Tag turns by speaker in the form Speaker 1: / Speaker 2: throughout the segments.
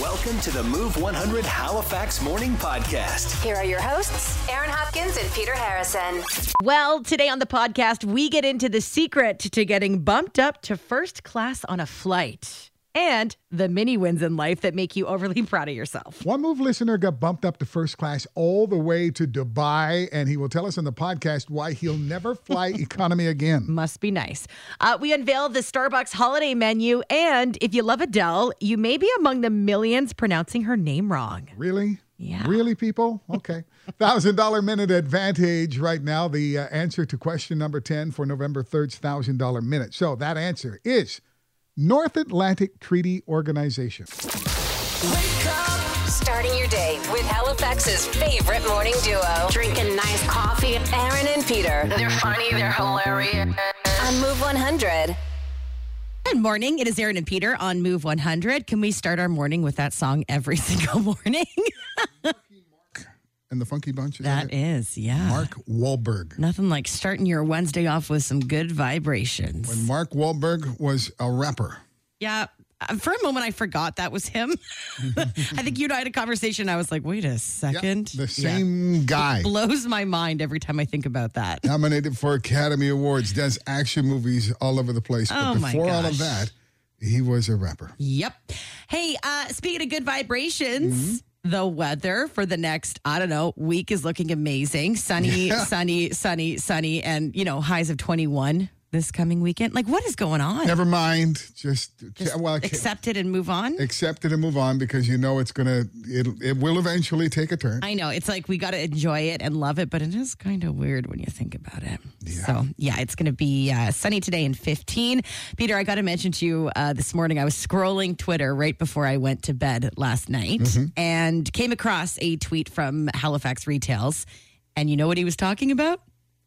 Speaker 1: Welcome to the Move 100 Halifax Morning Podcast.
Speaker 2: Here are your hosts, Aaron Hopkins and Peter Harrison.
Speaker 3: Well, today on the podcast, we get into the secret to getting bumped up to first class on a flight and the mini wins in life that make you overly proud of yourself.
Speaker 4: One Move listener got bumped up to first class all the way to Dubai, and he will tell us in the podcast why he'll never fly economy again.
Speaker 3: Must be nice. Uh, we unveil the Starbucks holiday menu. And if you love Adele, you may be among the millions pronouncing her name wrong.
Speaker 4: Really?
Speaker 3: Yeah.
Speaker 4: Really, people? Okay. $1,000 minute advantage right now. The uh, answer to question number 10 for November 3rd's $1,000 minute. So that answer is North Atlantic Treaty Organization.
Speaker 2: Starting your day with Halifax's favorite morning duo. Drinking nice coffee. Aaron and Peter.
Speaker 5: They're funny, they're hilarious.
Speaker 2: On Move 100.
Speaker 3: Good morning. It is Aaron and Peter on Move 100. Can we start our morning with that song every single morning?
Speaker 4: And the Funky Bunch. is in
Speaker 3: that
Speaker 4: it.
Speaker 3: is, yeah.
Speaker 4: Mark Wahlberg.
Speaker 3: Nothing like starting your Wednesday off with some good vibrations.
Speaker 4: When Mark Wahlberg was a rapper.
Speaker 3: Yeah. uh, For a moment, I forgot that was him. I think you and I had a conversation. I was like, wait a
Speaker 4: Yep,
Speaker 3: second.
Speaker 4: the same guy.
Speaker 3: Blows my mind every time I think about that.
Speaker 4: nominated for Academy Awards, does action movies all over the place.
Speaker 3: Oh,
Speaker 4: but
Speaker 3: my
Speaker 4: before all
Speaker 3: gosh.
Speaker 4: of that, he was a rapper.
Speaker 3: Yep. Hey, uh, speaking of good vibrations,
Speaker 4: Mm-hmm.
Speaker 3: the weather for the next, I don't know, week is looking amazing. Sunny, sunny, sunny, sunny, and, you know, highs of 21 this coming weekend. Like, what is going on?
Speaker 4: Never mind. Just,
Speaker 3: Just
Speaker 4: well, accept-,
Speaker 3: accept it and move on.
Speaker 4: accept it and move on because you know it's gonna it it will eventually take a turn.
Speaker 3: I know. It's like we got to enjoy it and love it, but it is kind of weird when you think about it. So, yeah, it's going to be uh, sunny today and 15. Peter, I got to mention to you uh, this morning, I was scrolling Twitter right before I went to bed last night and came across a tweet from Halifax Retails. And you know what he was talking about?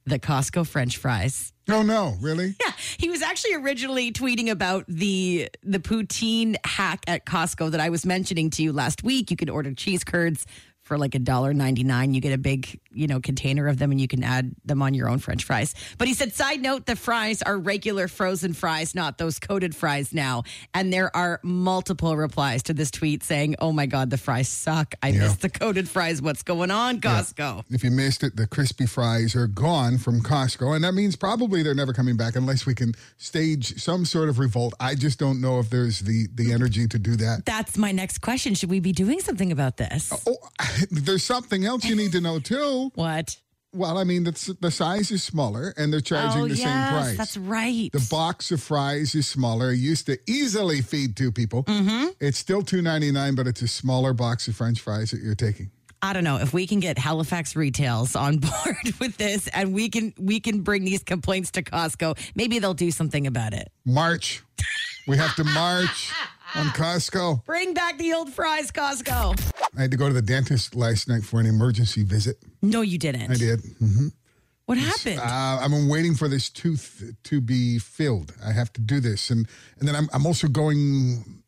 Speaker 3: The Costco French fries.
Speaker 4: oh no, really?
Speaker 3: Yeah, he was actually originally tweeting about the the poutine hack at Costco that I was mentioning to you last week. You can order cheese curds for like a dollar ninety nine. You get a big you know container of them, and you can add them on your own French fries. But he said, side note, the fries are regular frozen fries, not those coated fries now. And there are multiple replies to this tweet saying, "Oh my god, the fries suck. I miss the coated fries. What's going on, Costco?"
Speaker 4: If you missed it, the crispy fries are gone from Costco, and that means probably they're never coming back unless we can stage some sort of revolt. I just don't know if there's the the energy to do that.
Speaker 3: That's my next question. Should we be doing something about this?
Speaker 4: Oh, there's something else you need to know too.
Speaker 3: What?
Speaker 4: Well, I mean, the, the size is smaller and they're charging
Speaker 3: oh,
Speaker 4: the
Speaker 3: yes,
Speaker 4: same price.
Speaker 3: That's right.
Speaker 4: The box of fries is smaller. It used to easily feed two people.
Speaker 3: Mm-hmm.
Speaker 4: It's still two ninety nine, but it's a smaller box of French fries that you're taking.
Speaker 3: I don't know if we can get Halifax Retails on board with this, and we can we can bring these complaints to Costco. Maybe they'll do something about it.
Speaker 4: March. we have to march on Costco.
Speaker 3: Bring back the old fries, Costco.
Speaker 4: I had to go to the dentist last night for an emergency visit.
Speaker 3: No, you didn't.
Speaker 4: I did. hmm
Speaker 3: What happened?
Speaker 4: Uh, I've been waiting for this tooth to be filled. I have to do this, and and then I'm I'm also going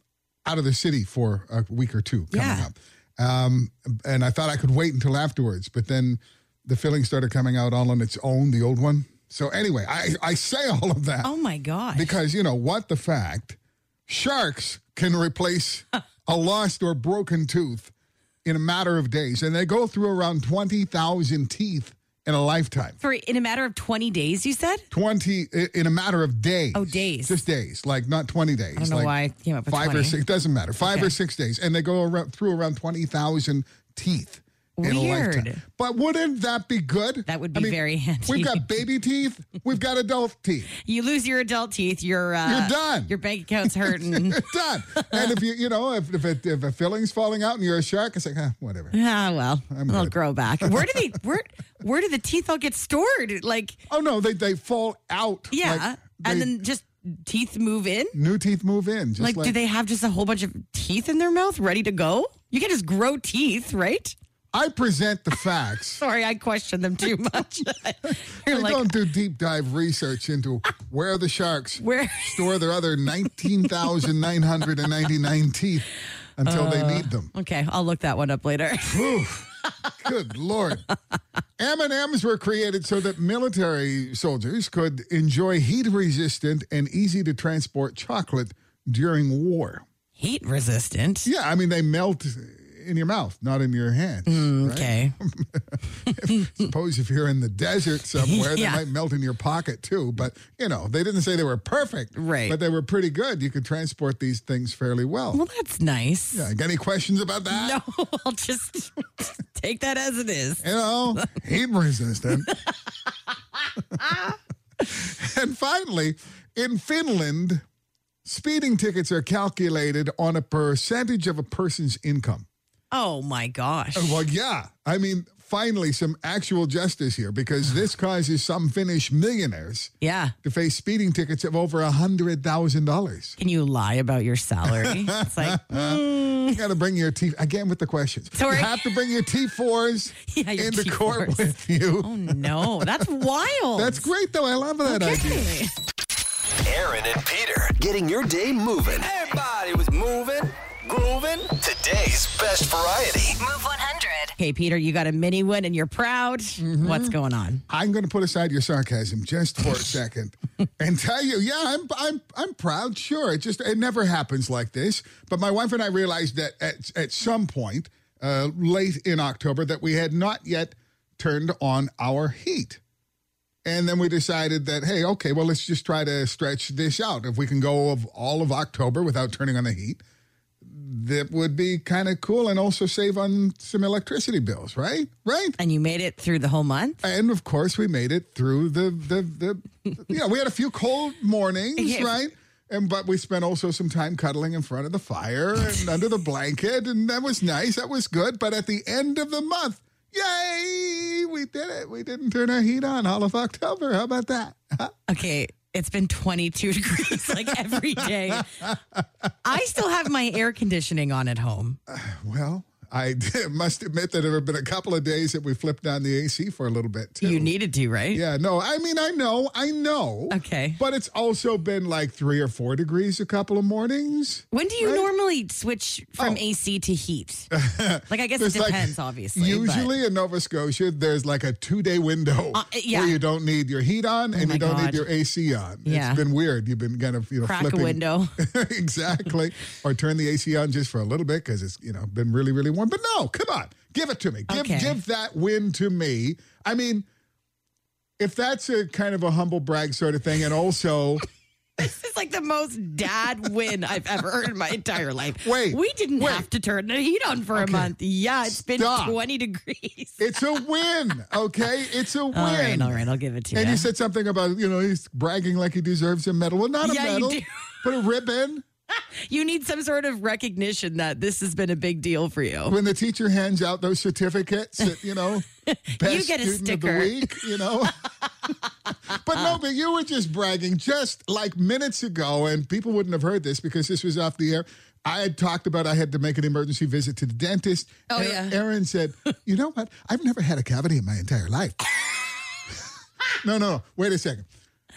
Speaker 4: out of the city for a week or two coming
Speaker 3: Yeah.
Speaker 4: up. Um, and I thought I could wait until afterwards, but then the filling started coming out all on its own, the old one. So anyway, I I say all of that
Speaker 3: oh my gosh!
Speaker 4: because you know what the fact sharks can replace a lost or broken tooth in a matter of days, and they go through around twenty thousand teeth in a lifetime.
Speaker 3: For in a matter of twenty days, you said.
Speaker 4: 20 i- in a matter of days.
Speaker 3: Oh, days.
Speaker 4: Just days, like not 20 days. I
Speaker 3: don't know why I came up with
Speaker 4: Five or
Speaker 3: 20.
Speaker 4: six, doesn't matter. Five or six days. And they go around, through around 20,000 teeth. In a
Speaker 3: Weird.
Speaker 4: lifetime. But wouldn't that be good?
Speaker 3: That would be very handy.
Speaker 4: We've got baby teeth, we've got adult teeth.
Speaker 3: You lose your adult teeth. Your uh,
Speaker 4: You're done.
Speaker 3: Your bank account's hurting.
Speaker 4: Done. and if you, you know, if if, it, if a filling's falling out and you're a shark, it's like, huh, whatever.
Speaker 3: ah well, they'll
Speaker 4: good.
Speaker 3: grow back. Where do they? Where where do the teeth all get stored? Like
Speaker 4: Oh no, they they fall out.
Speaker 3: yeah,
Speaker 4: like they-
Speaker 3: and then just teeth move in.
Speaker 4: new teeth move in. Just
Speaker 3: Like, do they have just a whole bunch of teeth in their mouth ready to go? You can just grow teeth, right?
Speaker 4: I present the facts.
Speaker 3: Sorry, I questioned them too much. You're
Speaker 4: They
Speaker 3: like,
Speaker 4: don't do deep dive research into where the sharks
Speaker 3: where?
Speaker 4: store their other 19,999 teeth until they need them.
Speaker 3: Okay, I'll look that one up later.
Speaker 4: Good Lord. M&Ms were created so that military soldiers could enjoy heat-resistant and easy-to-transport chocolate during war.
Speaker 3: heat resistant.
Speaker 4: Yeah, I mean they melt in your mouth, not in your hands.
Speaker 3: Mm. Okay.
Speaker 4: Suppose if you're in the desert somewhere,
Speaker 3: Yeah.
Speaker 4: they might melt in your pocket too. But you know, they didn't say they were perfect,
Speaker 3: Right.
Speaker 4: But they were pretty good. You could transport these things fairly well.
Speaker 3: Well, that's nice.
Speaker 4: Yeah, got any questions about that?
Speaker 3: No, I'll just take that as it is.
Speaker 4: you know, heat resistant. and finally, in Finland, speeding tickets are calculated on a percentage of a person's income. Uh,
Speaker 3: Oh my gosh.
Speaker 4: Well, yeah. I mean, finally, some actual justice here because this causes some Finnish millionaires
Speaker 3: Yeah.
Speaker 4: to face speeding tickets of over a $100,000.
Speaker 3: Can you lie about your salary? It's like,
Speaker 4: You got to bring your T, again with the questions.
Speaker 3: Sorry.
Speaker 4: You have to bring your T4s
Speaker 3: Yeah, your
Speaker 4: into court
Speaker 3: T4s.
Speaker 4: with you.
Speaker 3: oh no, that's wild.
Speaker 4: That's great, though. I love that idea.
Speaker 3: Oh, Okay.
Speaker 1: Aaron and Peter getting your day moving. Everybody was moving, grooving. Today's best variety.
Speaker 2: Move 100.
Speaker 3: Okay, Peter, you got a mini win and you're proud.
Speaker 4: Mm-hmm.
Speaker 3: What's going on?
Speaker 4: I'm going to put aside your sarcasm just for a second and tell you, yeah, I'm I'm I'm proud. Sure, it just it never happens like this. But my wife and I realized that at at some point uh, late in October that we had not yet turned on our heat, and then we decided that hey, okay, well, let's just try to stretch this out. If we can go of all of October without turning on the heat, that would be kind of cool, and also save on some electricity bills, right? Right.
Speaker 3: And you made it through the whole month?
Speaker 4: And of course, we made it through the the the. yeah, we had a few cold mornings,
Speaker 3: Yeah.
Speaker 4: right? And but we spent also some time cuddling in front of the fire and under the blanket, and that was nice. That was good. But at the end of the month, yay, we did it. We didn't turn our heat on all of October. How about that? Huh?
Speaker 3: Okay, it's been 22 degrees like every day. I still have my air conditioning on at home.
Speaker 4: Well, I must admit that there have been a couple of days that we flipped on the AC for a little bit too.
Speaker 3: You needed to, right?
Speaker 4: Oh. Yeah, no, I mean, I know, I know.
Speaker 3: Okay.
Speaker 4: But it's also been like three or four degrees a couple of mornings.
Speaker 3: When do you
Speaker 4: Right?
Speaker 3: normally switch from
Speaker 4: Oh.
Speaker 3: AC to heat? Like, I guess
Speaker 4: There's,
Speaker 3: it
Speaker 4: like,
Speaker 3: depends, obviously. but-
Speaker 4: Usually in Nova Scotia, there's like a two day window
Speaker 3: Uh, yeah. Oh
Speaker 4: where you don't need your heat on and
Speaker 3: my
Speaker 4: you don't
Speaker 3: God.
Speaker 4: need your AC on.
Speaker 3: Yeah.
Speaker 4: It's been weird. You've been kind of, you know,
Speaker 3: Crack a
Speaker 4: flipping.
Speaker 3: window.
Speaker 4: exactly. or turn the AC on just for a little bit because it's, you know, been really, really warm. But no, come on. Give it to me. Give,
Speaker 3: Okay.
Speaker 4: give that win to me. I mean, if that's a kind of a humble brag sort of thing, and also.
Speaker 3: This is like the most dad win I've ever heard in my entire life.
Speaker 4: Wait,
Speaker 3: we didn't
Speaker 4: wait.
Speaker 3: have to turn the heat on for a month. Yeah, it's
Speaker 4: Stop.
Speaker 3: been 20 degrees.
Speaker 4: It's a win, okay? It's a win.
Speaker 3: All right, all right, I'll give it to
Speaker 4: And
Speaker 3: you.
Speaker 4: you said something about, you know, he's bragging like he deserves a medal. Well, not a
Speaker 3: Yeah, you
Speaker 4: medal,
Speaker 3: do.
Speaker 4: but a ribbon.
Speaker 3: you need some sort of recognition that this has been a big deal for you.
Speaker 4: When the teacher hands out those certificates, that, you know, best
Speaker 3: get a
Speaker 4: student
Speaker 3: sticker.
Speaker 4: of the week, you know. but no, but you were just bragging just like minutes ago, and people wouldn't have heard this because this was off the air. I had talked about I had to make an emergency visit to the dentist.
Speaker 3: Oh,
Speaker 4: Aaron-
Speaker 3: yeah.
Speaker 4: Aaron said, "You know what? I've never had a cavity in my entire life." no, no, no. Wait a second.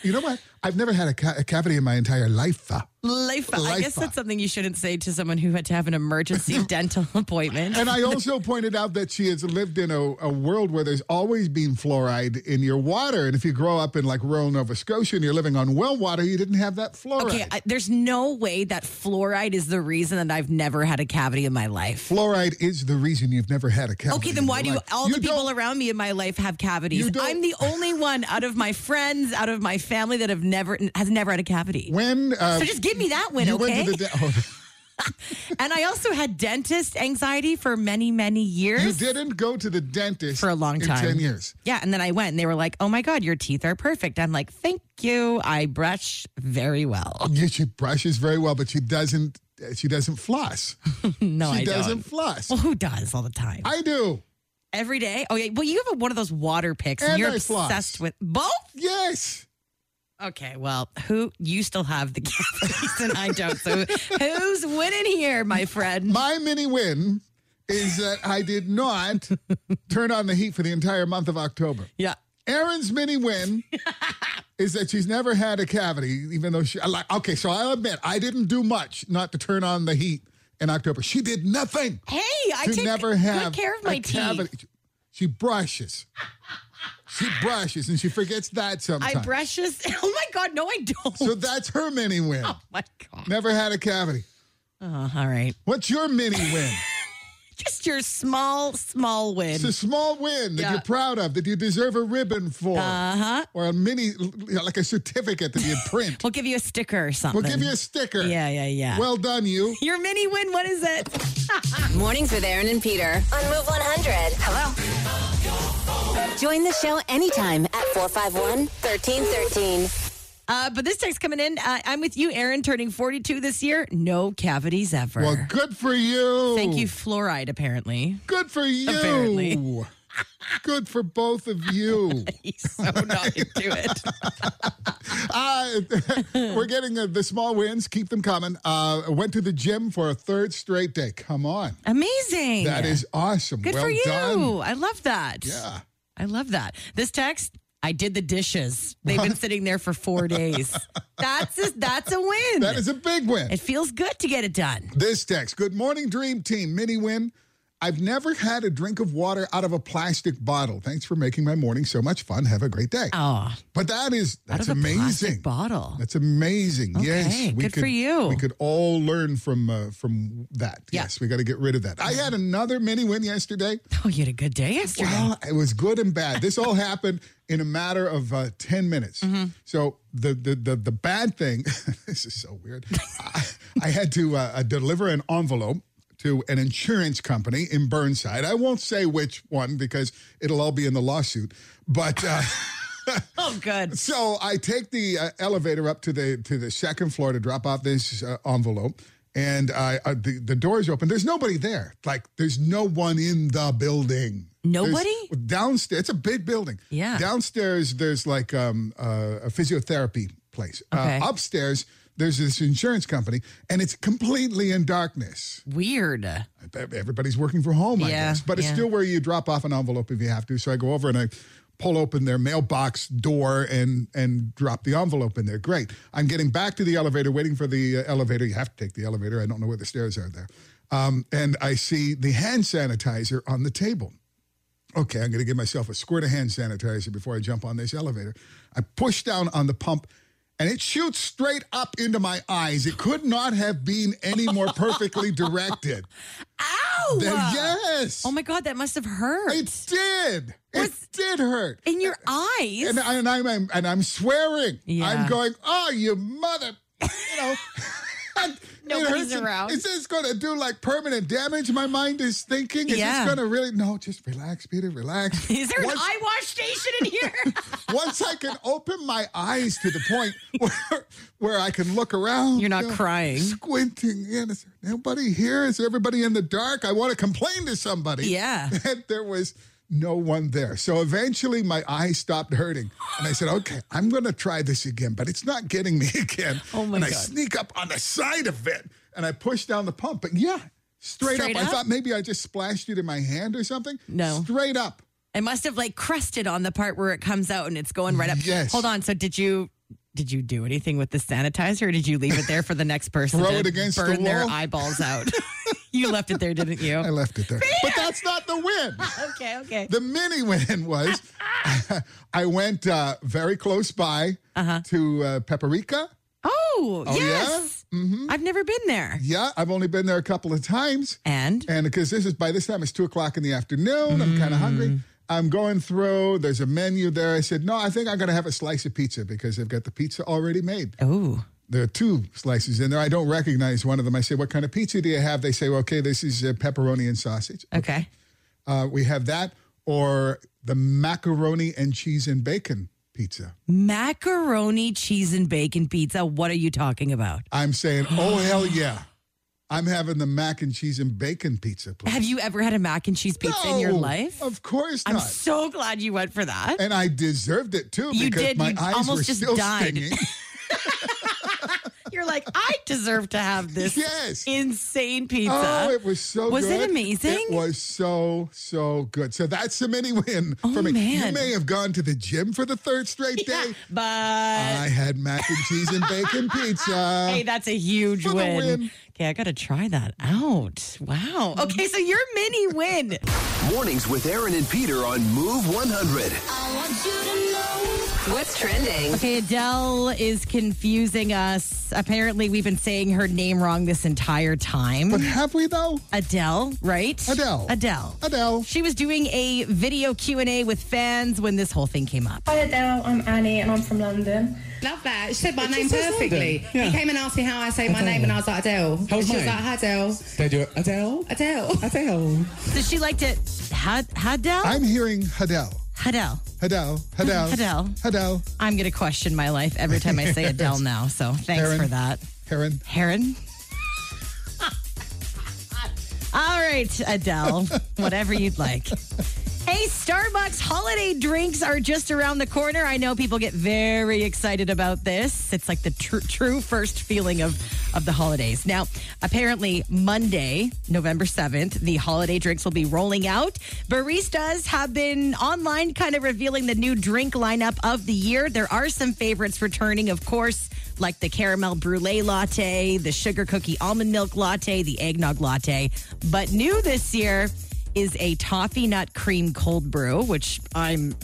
Speaker 4: You know what? I've never had a, ca- a cavity in my entire life. uh.
Speaker 3: Life, I guess
Speaker 4: Life.
Speaker 3: that's something you shouldn't say to someone who had to have an emergency dental appointment.
Speaker 4: And I also pointed out that she has lived in a, a world where there's always been fluoride in your water. And if you grow up in like rural Nova Scotia and you're living on well water, you didn't have that fluoride.
Speaker 3: Okay, I, there's no way that fluoride is the reason that I've never had a cavity in my life.
Speaker 4: fluoride is the reason you've never had a cavity.
Speaker 3: Okay,
Speaker 4: in
Speaker 3: then
Speaker 4: your
Speaker 3: why do
Speaker 4: life.
Speaker 3: all
Speaker 4: You
Speaker 3: the people
Speaker 4: don't-
Speaker 3: around me in my life have
Speaker 4: You
Speaker 3: cavities?
Speaker 4: don't-
Speaker 3: I'm the only one out of my friends, out of my family that have never has never had a cavity.
Speaker 4: When uh,
Speaker 3: so just give me that win,
Speaker 4: you
Speaker 3: okay?
Speaker 4: went to the de- oh,
Speaker 3: and I also had dentist anxiety for many, many years.
Speaker 4: you didn't go to the dentist
Speaker 3: for a long
Speaker 4: in
Speaker 3: time.
Speaker 4: ten years.
Speaker 3: Yeah, and then I went and they were like, "Oh my god, your teeth are perfect." I'm like, "Thank you. I brush very well."
Speaker 4: Yeah, she brushes very well, but she doesn't. uh, She doesn't floss.
Speaker 3: no,
Speaker 4: she
Speaker 3: Oh, I
Speaker 4: doesn't
Speaker 3: don't.
Speaker 4: floss.
Speaker 3: Well, who does all the time?
Speaker 4: I do.
Speaker 3: Every day? Oh yeah. Well, you have one of those water picks and,
Speaker 4: And
Speaker 3: you're
Speaker 4: I floss.
Speaker 3: obsessed with both?
Speaker 4: Yes.
Speaker 3: Okay, well, who you still have the cavities and I don't. So who's winning here, my friend?
Speaker 4: My mini win is that I did not turn on the heat for the entire month of October.
Speaker 3: Yeah.
Speaker 4: Erin's mini win is that she's never had a cavity, even though she I like. Okay, so I'll admit I didn't do much not to turn on the heat in October. She did nothing
Speaker 3: Hey, I
Speaker 4: to
Speaker 3: take
Speaker 4: never have
Speaker 3: good care of
Speaker 4: a
Speaker 3: my teeth.
Speaker 4: cavity. She brushes. She brushes, and she forgets that sometimes.
Speaker 3: I brushes. Oh my god, no, I don't.
Speaker 4: So that's her mini win.
Speaker 3: oh my god.
Speaker 4: Never had a cavity.
Speaker 3: Oh, all right.
Speaker 4: What's your mini win?
Speaker 3: Just your small, small win.
Speaker 4: It's a small win that
Speaker 3: Mm. Yeah.
Speaker 4: you're proud of, that you deserve a ribbon for, uh-huh. or a mini, you know, like a certificate that you print.
Speaker 3: We'll give you a sticker or something.
Speaker 4: we'll give you a sticker.
Speaker 3: Yeah, yeah, yeah.
Speaker 4: Well done, you.
Speaker 3: your mini win, what is it?
Speaker 2: Mornings with Aaron and Peter on Move 100. Hello. Join the show anytime at 451 1313.
Speaker 3: Uh, but this text coming in, uh, I'm with you, Aaron, turning 42 this year. No cavities ever.
Speaker 4: Well, good for you.
Speaker 3: Thank you, fluoride, apparently.
Speaker 4: Good for you.
Speaker 3: Apparently.
Speaker 4: Good for both of you.
Speaker 3: He's so not into it.
Speaker 4: Uh, we're getting uh, the small wins. Keep them coming. Uh, went to the gym for a third straight day. Come on.
Speaker 3: Amazing.
Speaker 4: That is awesome.
Speaker 3: Good
Speaker 4: well
Speaker 3: for you.
Speaker 4: done.
Speaker 3: I love that.
Speaker 4: Yeah.
Speaker 3: I love that. This text, I did the dishes. They've been sitting there for four days. That's a, that's a win.
Speaker 4: That is a big win.
Speaker 3: it feels good to get it done.
Speaker 4: This text Good morning, Dream Team. Mini win. I've never had a drink of water out of a plastic bottle. Thanks for making my morning so much fun. Have a great day.
Speaker 3: Oh,
Speaker 4: but that is,
Speaker 3: out
Speaker 4: that's
Speaker 3: of a plastic
Speaker 4: amazing.
Speaker 3: bottle.
Speaker 4: That's amazing. yes,
Speaker 3: Okay, good for
Speaker 4: could,
Speaker 3: you.
Speaker 4: We could all learn from uh, from that.
Speaker 3: Yeah. Mm-hmm.
Speaker 4: Yes, we got to get rid of that. I had another mini win yesterday.
Speaker 3: Oh, you had a good day yesterday.
Speaker 4: Well, it was good and bad. This all happened in a matter of uh, ten minutes. So the, the the the bad thing, this is so weird. I, I had to uh, deliver an envelope to an insurance company in Burnside. I won't say which one because it'll all be in the lawsuit. But. Uh,
Speaker 3: oh, good.
Speaker 4: so I take the uh, elevator up to the to the second floor to drop off this uh, envelope, and I uh, the the doors open. There's nobody there. Like there's no one in the building.
Speaker 3: Nobody?
Speaker 4: downstairs. It's a big building.
Speaker 3: Yeah.
Speaker 4: Downstairs there's like um uh, a physiotherapy place.
Speaker 3: Okay.
Speaker 4: Uh, upstairs there's this insurance company, and it's completely in darkness.
Speaker 3: Weird.
Speaker 4: Everybody's working from home, I
Speaker 3: Yeah,
Speaker 4: guess. But it's
Speaker 3: yeah.
Speaker 4: still where you drop off an envelope if you have to. So I go over and I pull open their mailbox door and and drop the envelope in there. Great. I'm getting back to the elevator, waiting for the uh, elevator. You have to take the elevator. I don't know where the stairs are there. Um, and I see the hand sanitizer on the table. Okay, I'm going to give myself a squirt of hand sanitizer before I jump on this elevator. I push down on the pump and it shoots straight up into my eyes. It could not have been any more perfectly directed.
Speaker 3: Ow!
Speaker 4: Then yes.
Speaker 3: Oh my God, that must have hurt.
Speaker 4: It did.
Speaker 3: Was-
Speaker 4: it did hurt.
Speaker 3: In your eyes.
Speaker 4: and, uh, I, and I'm, I'm and I'm swearing.
Speaker 3: Yeah.
Speaker 4: I'm going. Oh, you mother! You know. and it
Speaker 3: Nobody's
Speaker 4: hurts.
Speaker 3: around.
Speaker 4: Is this going to do like permanent damage? My mind is thinking. Is
Speaker 3: Yeah.
Speaker 4: this going to really? No, just relax, Peter. Relax.
Speaker 3: Is there an
Speaker 4: Once-
Speaker 3: eye wash station in here?
Speaker 4: once I can open my eyes to the point where, where I can look around.
Speaker 3: You're not
Speaker 4: you
Speaker 3: crying.
Speaker 4: Squinting in. Is there nobody here? Is everybody in the dark? I want to complain to somebody.
Speaker 3: Yeah.
Speaker 4: And there was no one there. So eventually my eyes stopped hurting. And I said, okay, I'm going to try this again, but it's not getting me again.
Speaker 3: Oh, my
Speaker 4: and I
Speaker 3: God.
Speaker 4: sneak up on the side of it and I push down the pump. But yeah, straight,
Speaker 3: Straight
Speaker 4: up, I
Speaker 3: up?
Speaker 4: thought maybe I just splashed it in my hand or something.
Speaker 3: No.
Speaker 4: Straight up.
Speaker 3: It must have like crusted on the part where it comes out and it's going right up.
Speaker 4: Yes.
Speaker 3: Hold on. So did you did you do anything with the sanitizer or did you leave it there for the next person
Speaker 4: Throw
Speaker 3: to
Speaker 4: it against the
Speaker 3: burn their
Speaker 4: wall?
Speaker 3: eyeballs out? you left it there, didn't
Speaker 4: I
Speaker 3: you?
Speaker 4: left it there. But that's not the win.
Speaker 3: Okay, okay.
Speaker 4: The mini win was I went uh, very close by to uh, Paprika.
Speaker 3: Oh,
Speaker 4: yeah? Mm-hmm.
Speaker 3: yes. I've never been there.
Speaker 4: Yeah, I've only been there a couple of times.
Speaker 3: And
Speaker 4: And because this is by this time it's two o'clock in the afternoon, I'm kind of hungry. I'm going through, there's a menu there. I said, No, I think I'm going to have a slice of pizza because they've got the pizza already made.
Speaker 3: oh,
Speaker 4: There are two slices in there. I don't recognize one of them. I say, What kind of pizza do you have? They say, well, Okay, this is uh, pepperoni and sausage.
Speaker 3: okay.
Speaker 4: Uh, we have that or the macaroni and cheese and bacon pizza.
Speaker 3: Macaroni, cheese, and bacon pizza. What are you talking about?
Speaker 4: I'm saying, oh hell yeah. I'm having the mac and cheese and bacon pizza, please.
Speaker 3: Have you ever had a mac and cheese pizza in your
Speaker 4: No,
Speaker 3: life?
Speaker 4: Of course
Speaker 3: I'm
Speaker 4: not.
Speaker 3: so glad you went for that.
Speaker 4: and I deserved it too
Speaker 3: You
Speaker 4: because
Speaker 3: did.
Speaker 4: my
Speaker 3: You
Speaker 4: eyes
Speaker 3: almost
Speaker 4: were
Speaker 3: just
Speaker 4: still
Speaker 3: died.
Speaker 4: stinging.
Speaker 3: You're like, I deserve to have this
Speaker 4: Yes.
Speaker 3: insane pizza.
Speaker 4: Oh, it was so
Speaker 3: Was
Speaker 4: good.
Speaker 3: it amazing?
Speaker 4: It was so, so good. So that's the mini win
Speaker 3: Oh,
Speaker 4: for me. You
Speaker 3: man.
Speaker 4: may have gone to the gym for the third straight day.
Speaker 3: But
Speaker 4: I had mac and cheese and bacon pizza.
Speaker 3: hey, that's a huge
Speaker 4: Uh, for the
Speaker 3: win.
Speaker 4: win.
Speaker 3: Okay, I got to try that out. Wow. Okay, so your mini win.
Speaker 1: Mornings with Aaron and Peter on Move 100.
Speaker 6: I want you to know
Speaker 2: What's trending?
Speaker 3: Okay, Adele is confusing us. Apparently, we've been saying her name wrong this entire time.
Speaker 4: But have we though?
Speaker 3: Adele, right?
Speaker 4: Adele.
Speaker 3: Adele.
Speaker 4: Adele.
Speaker 3: She was doing a video Q&A with fans when this whole thing came up.
Speaker 6: Hi Adele, I'm Annie and I'm from London.
Speaker 7: Love that. She said my name
Speaker 8: says
Speaker 7: perfectly.
Speaker 8: London. Yeah.
Speaker 7: He came and asked me how I say my name, and I was like Adele.
Speaker 8: How was
Speaker 7: she was
Speaker 8: mine?
Speaker 7: like "Hi, Adele.
Speaker 8: They do it. Adele.
Speaker 7: Adele.
Speaker 8: Adele.
Speaker 3: So she liked it. Had Hadel?
Speaker 4: I'm hearing Hadel.
Speaker 3: Hadel.
Speaker 4: Hadel. Hadel.
Speaker 3: Adele.
Speaker 4: Hadel.
Speaker 3: I'm going to question my life every time I say Adele now. So thanks
Speaker 4: Heron.
Speaker 3: for that.
Speaker 4: Heron.
Speaker 3: Heron. All right, Adele, whatever you'd like. Hey, Starbucks holiday drinks are just around the corner. I know people get very excited about this. It's like the tr- true first feeling of, of the holidays. Now, apparently, Monday, November 7th, the holiday drinks will be rolling out. Baristas have been online kind of revealing the new drink lineup of the year. There are some favorites returning, of course, like the caramel brulee latte, the sugar cookie almond milk latte, the eggnog latte. But new this year, is a toffee nut cream cold brew, which I'm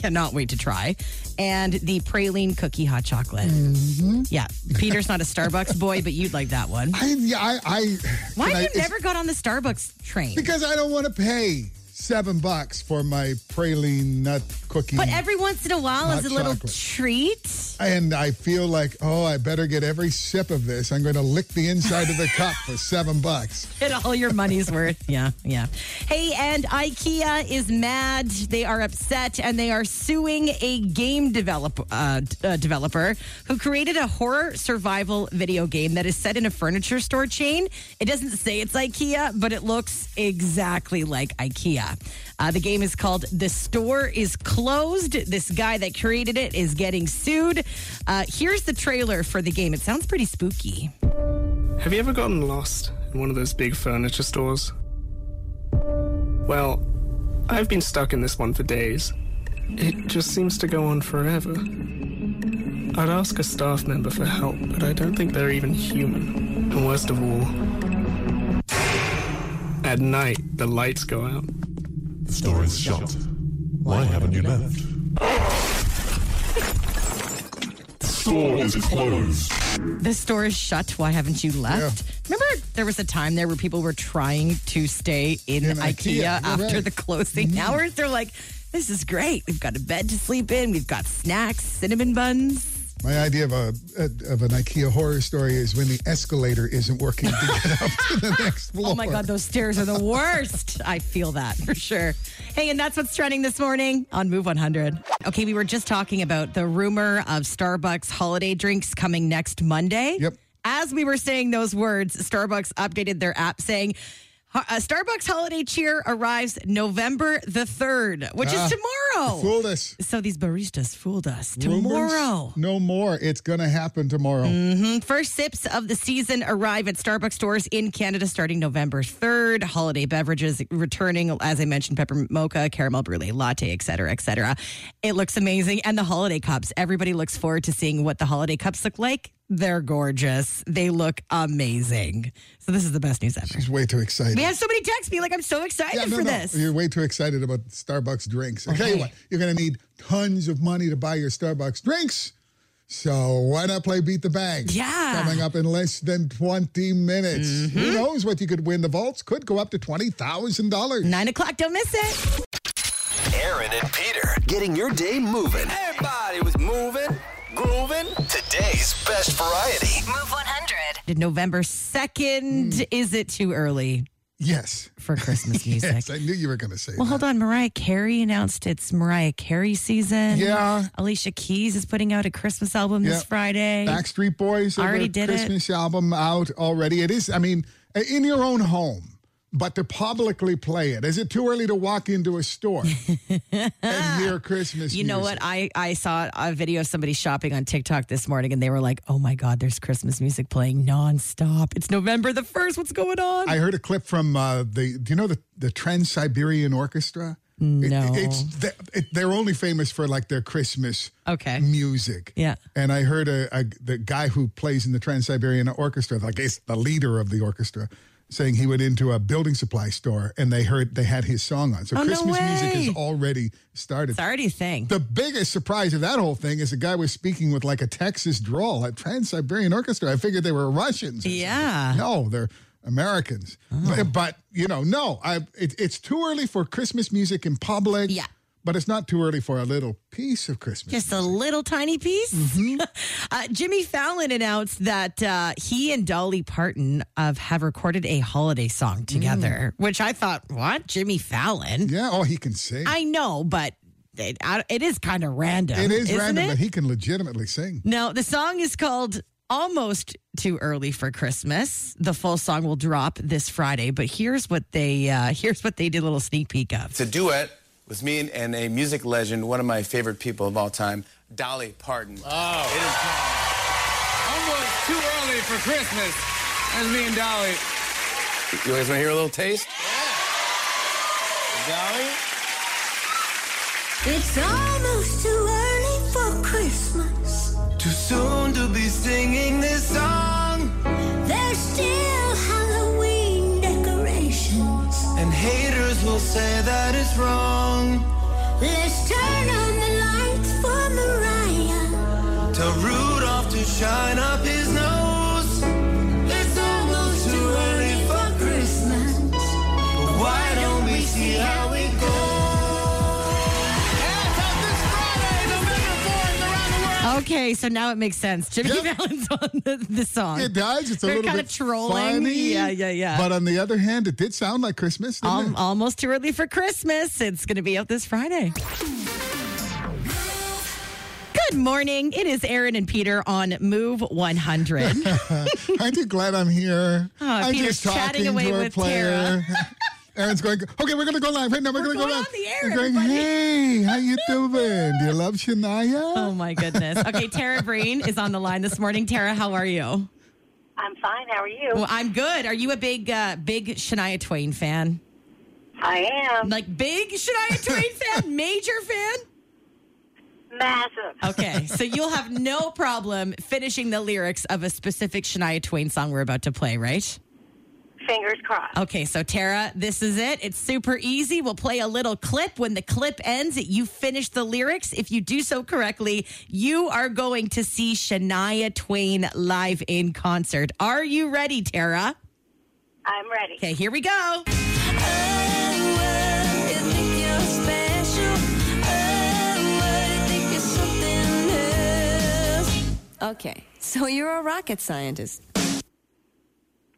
Speaker 3: cannot wait to try, and the praline cookie hot chocolate.
Speaker 4: Mm-hmm.
Speaker 3: Yeah, Peter's not a Starbucks boy, but you'd like that one.
Speaker 4: I, yeah, I, I
Speaker 3: Why
Speaker 4: can I-
Speaker 3: have
Speaker 4: it's
Speaker 3: you never got on the Starbucks train?
Speaker 4: Because I don't want to pay seven bucks for my praline nut cookie.
Speaker 3: But every once in a while,
Speaker 4: Hot
Speaker 3: as a little
Speaker 4: chocolate.
Speaker 3: treat,
Speaker 4: and I feel like, oh, I better get every sip of this. I'm going to lick the inside of the cup for seven bucks.
Speaker 3: get all your money's worth. Yeah, yeah. Hey, and IKEA is mad. They are upset, and they are suing a game develop, uh, d- uh, developer who created a horror survival video game that is set in a furniture store chain. It doesn't say it's IKEA, but it looks exactly like IKEA. Uh, the game is called The Store is Closed. This guy that created it is getting sued. Uh, here's the trailer for the game. It sounds pretty spooky.
Speaker 9: Have you ever gotten lost in one of those big furniture stores? Well, I've been stuck in this one for days. It just seems to go on forever. I'd ask a staff member for help, but I don't think they're even human. And worst of all, at night, the lights go out.
Speaker 10: Door is shut. Why haven't you left? Store is closed.
Speaker 3: the store is shut. Why haven't you left? Remember, there was a time there where people were trying to stay in,
Speaker 4: In
Speaker 3: IKEA,
Speaker 4: IKEA, you're
Speaker 3: after
Speaker 4: right.
Speaker 3: the closing hours. They're like, this is great. We've got a bed to sleep in. We've got snacks, cinnamon buns.
Speaker 4: My idea of a of an IKEA horror story is when the escalator isn't working to get up to the next floor.
Speaker 3: Oh my God, those stairs are the worst. I feel that for sure. Hey, and that's what's trending this morning on Move 100. Okay, we were just talking about the rumor of Starbucks holiday drinks coming next Monday.
Speaker 4: Yep.
Speaker 3: As we were saying those words, Starbucks updated their app saying, "Ho- uh, Starbucks holiday cheer arrives November the 3rd, which
Speaker 4: Ah,
Speaker 3: is tomorrow.
Speaker 4: Fooled us.
Speaker 3: so these baristas fooled us.
Speaker 4: Rumors?
Speaker 3: Tomorrow. Mm.
Speaker 4: No more. It's going to happen tomorrow.
Speaker 3: First sips of the season arrive at Starbucks stores in Canada starting November 3rd. Holiday beverages returning, as I mentioned, peppermint mocha, caramel brulee, latte, et cetera, et cetera. It looks amazing. And the holiday cups. Everybody looks forward to seeing what the holiday cups look like. They're gorgeous. They look amazing. So this is the best news ever.
Speaker 4: It's way too exciting.
Speaker 3: We have somebody text me like I'm so excited
Speaker 4: Yeah, no,
Speaker 3: for
Speaker 4: no.
Speaker 3: this.
Speaker 4: You're way too excited about Starbucks drinks. I tell you
Speaker 3: Okay.
Speaker 4: what, you're going to need tons of money to buy your Starbucks drinks. So why not play Beat the Bank?
Speaker 3: Yeah. Mm-hmm.
Speaker 4: Coming up in less than 20 minutes. Who knows what you could win? The vaults could go up to $20,000.
Speaker 3: Nine o'clock. Don't miss it.
Speaker 1: Aaron and Peter. Getting your day moving. Everybody was moving, grooving. Today's best variety.
Speaker 2: Move 100.
Speaker 3: November 2nd.
Speaker 4: Hmm.
Speaker 3: Is it too early
Speaker 4: Yes.
Speaker 3: for Christmas music?
Speaker 4: Yes, I knew you were going to say
Speaker 3: Well,
Speaker 4: that.
Speaker 3: hold on. Mariah Carey announced it's Mariah Carey season.
Speaker 4: Yeah.
Speaker 3: Alicia Keys is putting out a Christmas album
Speaker 4: Yeah.
Speaker 3: this Friday.
Speaker 4: Backstreet Boys have
Speaker 3: Already
Speaker 4: their
Speaker 3: did it.
Speaker 4: Christmas album out already. It is, I mean, in your own home, but to publicly play it. Is it too early to walk into a store and hear Christmas
Speaker 3: you know
Speaker 4: music?
Speaker 3: what? I, I saw a video of somebody shopping on TikTok this morning and they were like, oh my God, there's Christmas music playing nonstop. It's November the 1st. What's going on?
Speaker 4: I heard a clip from uh, the. Do you know the the Trans Siberian Orchestra?
Speaker 3: No.
Speaker 4: It, it's the, it, they're only famous for like their Christmas
Speaker 3: Okay.
Speaker 4: music.
Speaker 3: Yeah.
Speaker 4: And I heard a, a the guy who plays in the Trans Siberian Orchestra, like it's the leader of the orchestra, saying he went into a building supply store and they heard they had his song on. So
Speaker 3: Oh, no
Speaker 4: Christmas music
Speaker 3: way.
Speaker 4: has already started.
Speaker 3: It's already a thing.
Speaker 4: The biggest surprise of that whole thing is the guy was speaking with like a Texas drawl at Trans Siberian Orchestra. I figured they were Russians. or
Speaker 3: Yeah. Oh.
Speaker 4: no, they're Americans. But, but, you know, no, I it, it's too early for Christmas music in public.
Speaker 3: Yeah.
Speaker 4: But it's not too early for a little piece of Christmas.
Speaker 3: Just a little tiny piece.
Speaker 4: Mm-hmm.
Speaker 3: uh, Jimmy Fallon announced that uh, he and Dolly Parton of have recorded a holiday song together,
Speaker 4: Mm.
Speaker 3: which I thought, what? Jimmy Fallon?
Speaker 4: yeah. Oh, he can sing.
Speaker 3: I know, but it, I- it is kind of random.
Speaker 4: it is
Speaker 3: isn't
Speaker 4: random,
Speaker 3: it?
Speaker 4: but he can legitimately sing.
Speaker 3: No, the song is called Almost Too Early for Christmas. The full song will drop this Friday, but here's what they uh, here's what they did a little sneak peek of.
Speaker 8: It's a duet with me and a music legend, one of my favorite people of all time, Dolly Parton. Oh. It is almost too early for Christmas. That's me and Dolly. You guys want to hear a little taste? Dolly?
Speaker 11: It's almost too early for Christmas.
Speaker 1: Too soon to be singing this song,
Speaker 11: There's still Halloween decorations.
Speaker 1: and haters will say that it's wrong
Speaker 11: Let's turn on the lights for Mariah.
Speaker 1: to Rudolph to shine up his nose.
Speaker 11: It's almost too early for Christmas.
Speaker 1: But why don't we see how we
Speaker 3: Okay, so now it makes sense. Jimmy
Speaker 4: Yep.
Speaker 3: Fallon's on the, the song.
Speaker 4: It does. It's a
Speaker 3: They're
Speaker 4: little
Speaker 3: kinda
Speaker 4: bit
Speaker 3: trolling.
Speaker 4: funny,
Speaker 3: Yeah, yeah, yeah. Um,
Speaker 4: But on the other hand, it did sound like Christmas. didn't
Speaker 3: Al-
Speaker 4: it?
Speaker 3: almost too early for Christmas. It's going to be out this Friday. Good morning. It is Aaron and Peter on Move 100.
Speaker 4: Aren't you glad I'm here? I'm
Speaker 3: Peter's
Speaker 4: just talking
Speaker 3: chatting away
Speaker 4: to a
Speaker 3: with
Speaker 4: player. Aaron's going, okay, we're going to go live right now. We're,
Speaker 3: We're
Speaker 4: going to go
Speaker 3: going
Speaker 4: live.
Speaker 3: on the air,
Speaker 4: We're going,
Speaker 3: everybody.
Speaker 4: hey, how you doing? Do you love Shania?
Speaker 3: oh my goodness. Okay, Tara Breen is on the line this morning. Tara, how are you?
Speaker 12: I'm fine. How are you?
Speaker 3: Well, I'm good. Are you a big uh, big Shania Twain fan?
Speaker 12: I am
Speaker 3: Like big Shania Twain fan, major fan?
Speaker 12: massive.
Speaker 3: Okay, so you'll have no problem finishing the lyrics of a specific Shania Twain song we're about to play, right?
Speaker 12: Fingers crossed.
Speaker 3: Okay, so Tara, this is it. It's super easy. We'll play a little clip. When the clip ends, you finish the lyrics. If you do so correctly, you are going to see Shania Twain live in concert. Are you ready, Tara?
Speaker 12: I'm ready.
Speaker 3: Okay, here we go.
Speaker 13: Okay, so you're a rocket scientist.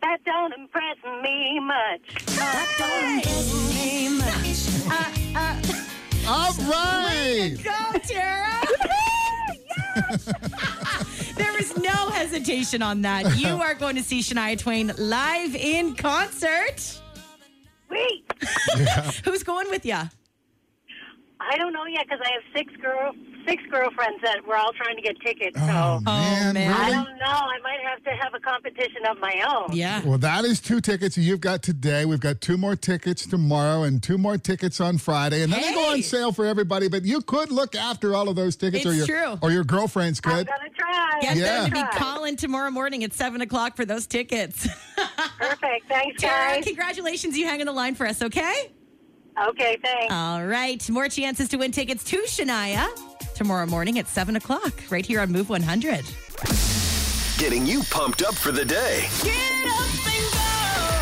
Speaker 12: That don't impress me much.
Speaker 4: All right.
Speaker 3: Go, Tara. there is no hesitation on that. You are going to see Shania Twain live in concert.
Speaker 12: Wait,
Speaker 3: Who's going with you?
Speaker 12: I don't know yet because I have six girl six girlfriends that we're all trying to get tickets. So
Speaker 4: Oh, man.
Speaker 3: man.
Speaker 12: I
Speaker 4: really?
Speaker 12: don't know. I might have to have a competition of my own.
Speaker 3: Yeah.
Speaker 4: Well, that is two tickets you've got today. We've got two more tickets tomorrow and two more tickets on Friday. And then they go on
Speaker 3: Hey.
Speaker 4: sale for everybody, but you could look after all of those tickets or your
Speaker 3: It's true.
Speaker 4: or your girlfriends
Speaker 12: I'm
Speaker 4: could.
Speaker 12: gonna try.
Speaker 3: Get
Speaker 4: Yeah.
Speaker 3: them to
Speaker 12: Try.
Speaker 3: be calling tomorrow morning at 7 o'clock for those tickets.
Speaker 12: Perfect. Thanks,
Speaker 3: Tara,
Speaker 12: guys.
Speaker 3: congratulations. You hang on the line for us, okay?
Speaker 12: Okay, thanks.
Speaker 3: All right. More chances to win tickets to Shania tomorrow morning at 7 o'clock right here on Move 100.
Speaker 1: Getting you pumped up for the day.
Speaker 11: Get up and go.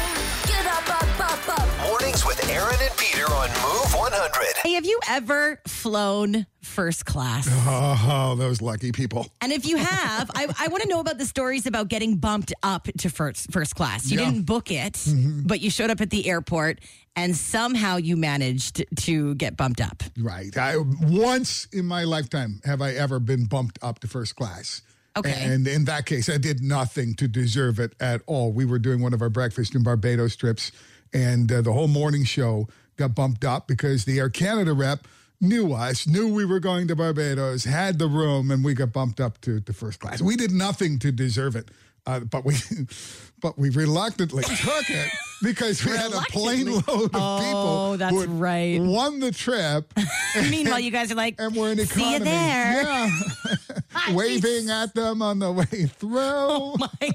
Speaker 11: Get up, up, up, up.
Speaker 1: Mornings with Aaron and Peter on Move 100.
Speaker 3: Hey, have you ever flown first class?
Speaker 4: Oh, those lucky people.
Speaker 3: And if you have, I, I want to know about the stories about getting bumped up to first first class. You
Speaker 4: Yeah. Mm-hmm.
Speaker 3: didn't book it, but you showed up at the airport and somehow you managed to get bumped up.
Speaker 4: Right. I once in my lifetime have I ever been bumped up to first class.
Speaker 3: Okay.
Speaker 4: And in that case, I did nothing to deserve it at all. We were doing one of our breakfast and Barbados trips, and uh, the whole morning show got bumped up because the Air Canada rep knew us, knew we were going to Barbados, had the room, and we got bumped up to, to first class. We did nothing to deserve it. Uh, but we, but we reluctantly took it because we had a plane load of people
Speaker 3: Oh, that's
Speaker 4: who had
Speaker 3: right.
Speaker 4: won the trip
Speaker 3: Meanwhile, you guys are like,
Speaker 4: and we're in
Speaker 3: see
Speaker 4: economy.
Speaker 3: you there.
Speaker 4: Yeah. waving at them on the way through. Oh
Speaker 3: my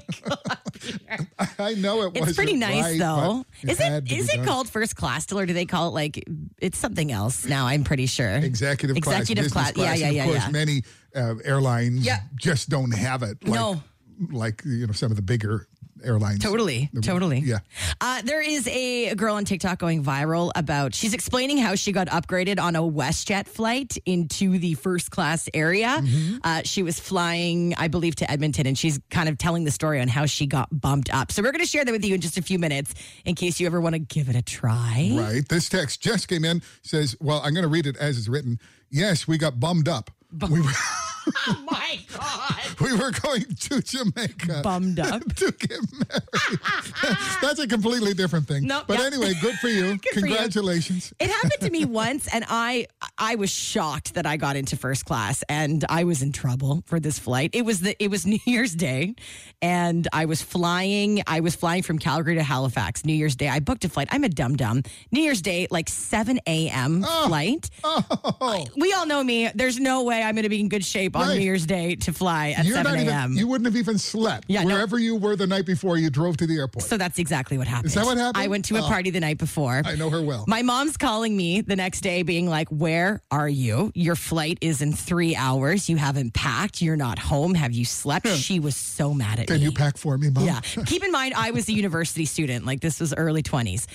Speaker 4: god! I know it was.
Speaker 3: It's pretty nice though. Is
Speaker 4: it?
Speaker 3: it is it called first class still, or do they call it like it's something else now? I'm pretty sure.
Speaker 4: Executive,
Speaker 3: Executive
Speaker 4: class,
Speaker 3: class.
Speaker 4: business class.
Speaker 3: Yeah, yeah,
Speaker 4: and
Speaker 3: yeah,
Speaker 4: Of course,
Speaker 3: yeah.
Speaker 4: many uh, airlines
Speaker 3: Yeah.
Speaker 4: just don't have it. Like,
Speaker 3: No.
Speaker 4: like you know some of the bigger airlines.
Speaker 3: Totally,
Speaker 4: The-
Speaker 3: totally.
Speaker 4: Yeah.
Speaker 3: Uh, there is a girl on TikTok going viral about she's explaining how she got upgraded on a WestJet flight into the first class area. Uh, she was flying, I believe, to Edmonton, and she's kind of telling the story on how she got bumped up. So we're going to share that with you in just a few minutes in case you ever want to give it a try.
Speaker 4: Right. This text just came in says, well, I'm going to read it as it's written. Yes, we got bummed up. we were-
Speaker 3: Oh my God.
Speaker 4: we were going to Jamaica.
Speaker 3: Bummed up.
Speaker 4: to get married. That's a completely different thing.
Speaker 3: No,
Speaker 4: but
Speaker 3: yeah.
Speaker 4: anyway, good for you.
Speaker 3: Good for you.
Speaker 4: Congratulations.
Speaker 3: It happened to me once, and I I was shocked that I got into first class, and I was in trouble for this flight. It was the it was New Year's Day, and I was flying. I was flying from Calgary to Halifax. New Year's Day, I booked a flight. I'm a dum dum. New Year's Day, like 7 a.m.
Speaker 4: Oh.
Speaker 3: flight. I- we all know me. There's no way I'm going to be in good shape on
Speaker 4: Right.
Speaker 3: New Year's Day to fly at
Speaker 4: You're
Speaker 3: 7
Speaker 4: not
Speaker 3: a.m.
Speaker 4: even, you wouldn't have even slept
Speaker 3: Yeah, no.
Speaker 4: wherever you were the night before you drove to the airport.
Speaker 3: So that's exactly what happened.
Speaker 4: Is that what happened?
Speaker 3: I went to a
Speaker 4: Oh.
Speaker 3: party the night before.
Speaker 4: I know her well.
Speaker 3: My mom's calling me the next day, being like, Where are you? Your flight is in three hours. You haven't packed. You're not home. Have you slept? she was so mad at
Speaker 4: Can
Speaker 3: me.
Speaker 4: you pack for me, Mom?
Speaker 3: yeah. Keep in mind, I was a university student. Like, this was early 20s.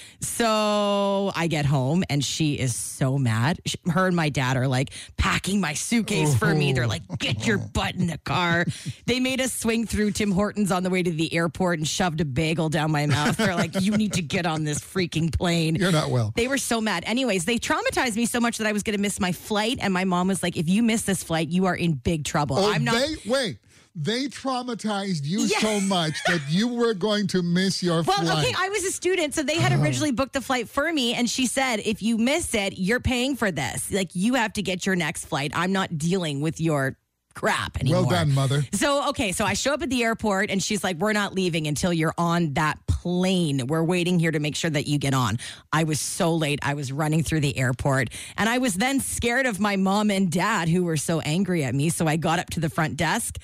Speaker 3: So I get home and she is so mad. She, her and my dad are like packing my suitcase for me. They're like, get
Speaker 4: Oh.
Speaker 3: your butt in the car. they made us swing through Tim Hortons on the way to the airport and shoved a bagel down my mouth. They're like, you need to get on this freaking plane.
Speaker 4: You're not well.
Speaker 3: They were so mad. Anyways, they traumatized me so much that I was going to miss my flight. And my mom was like, if you miss this flight, you are in big trouble.
Speaker 4: Oh,
Speaker 3: I'm not.
Speaker 4: They, wait. They traumatized you
Speaker 3: Yes.
Speaker 4: so much that you were going to miss your
Speaker 3: Well,
Speaker 4: flight.
Speaker 3: okay, I was a student, so they had
Speaker 4: Uh-huh.
Speaker 3: originally booked the flight for me, and she said, if you miss it, you're paying for this. Like, you have to get your next flight. I'm not dealing with your crap anymore.
Speaker 4: well done, Mother.
Speaker 3: So, okay, so I show up at the airport and she's like, We're not leaving until you're on that plane. We're waiting here to make sure that you get on. I was so late. I was running through the airport and I was then scared of my mom and dad who were so angry at me. So I got up to the front desk.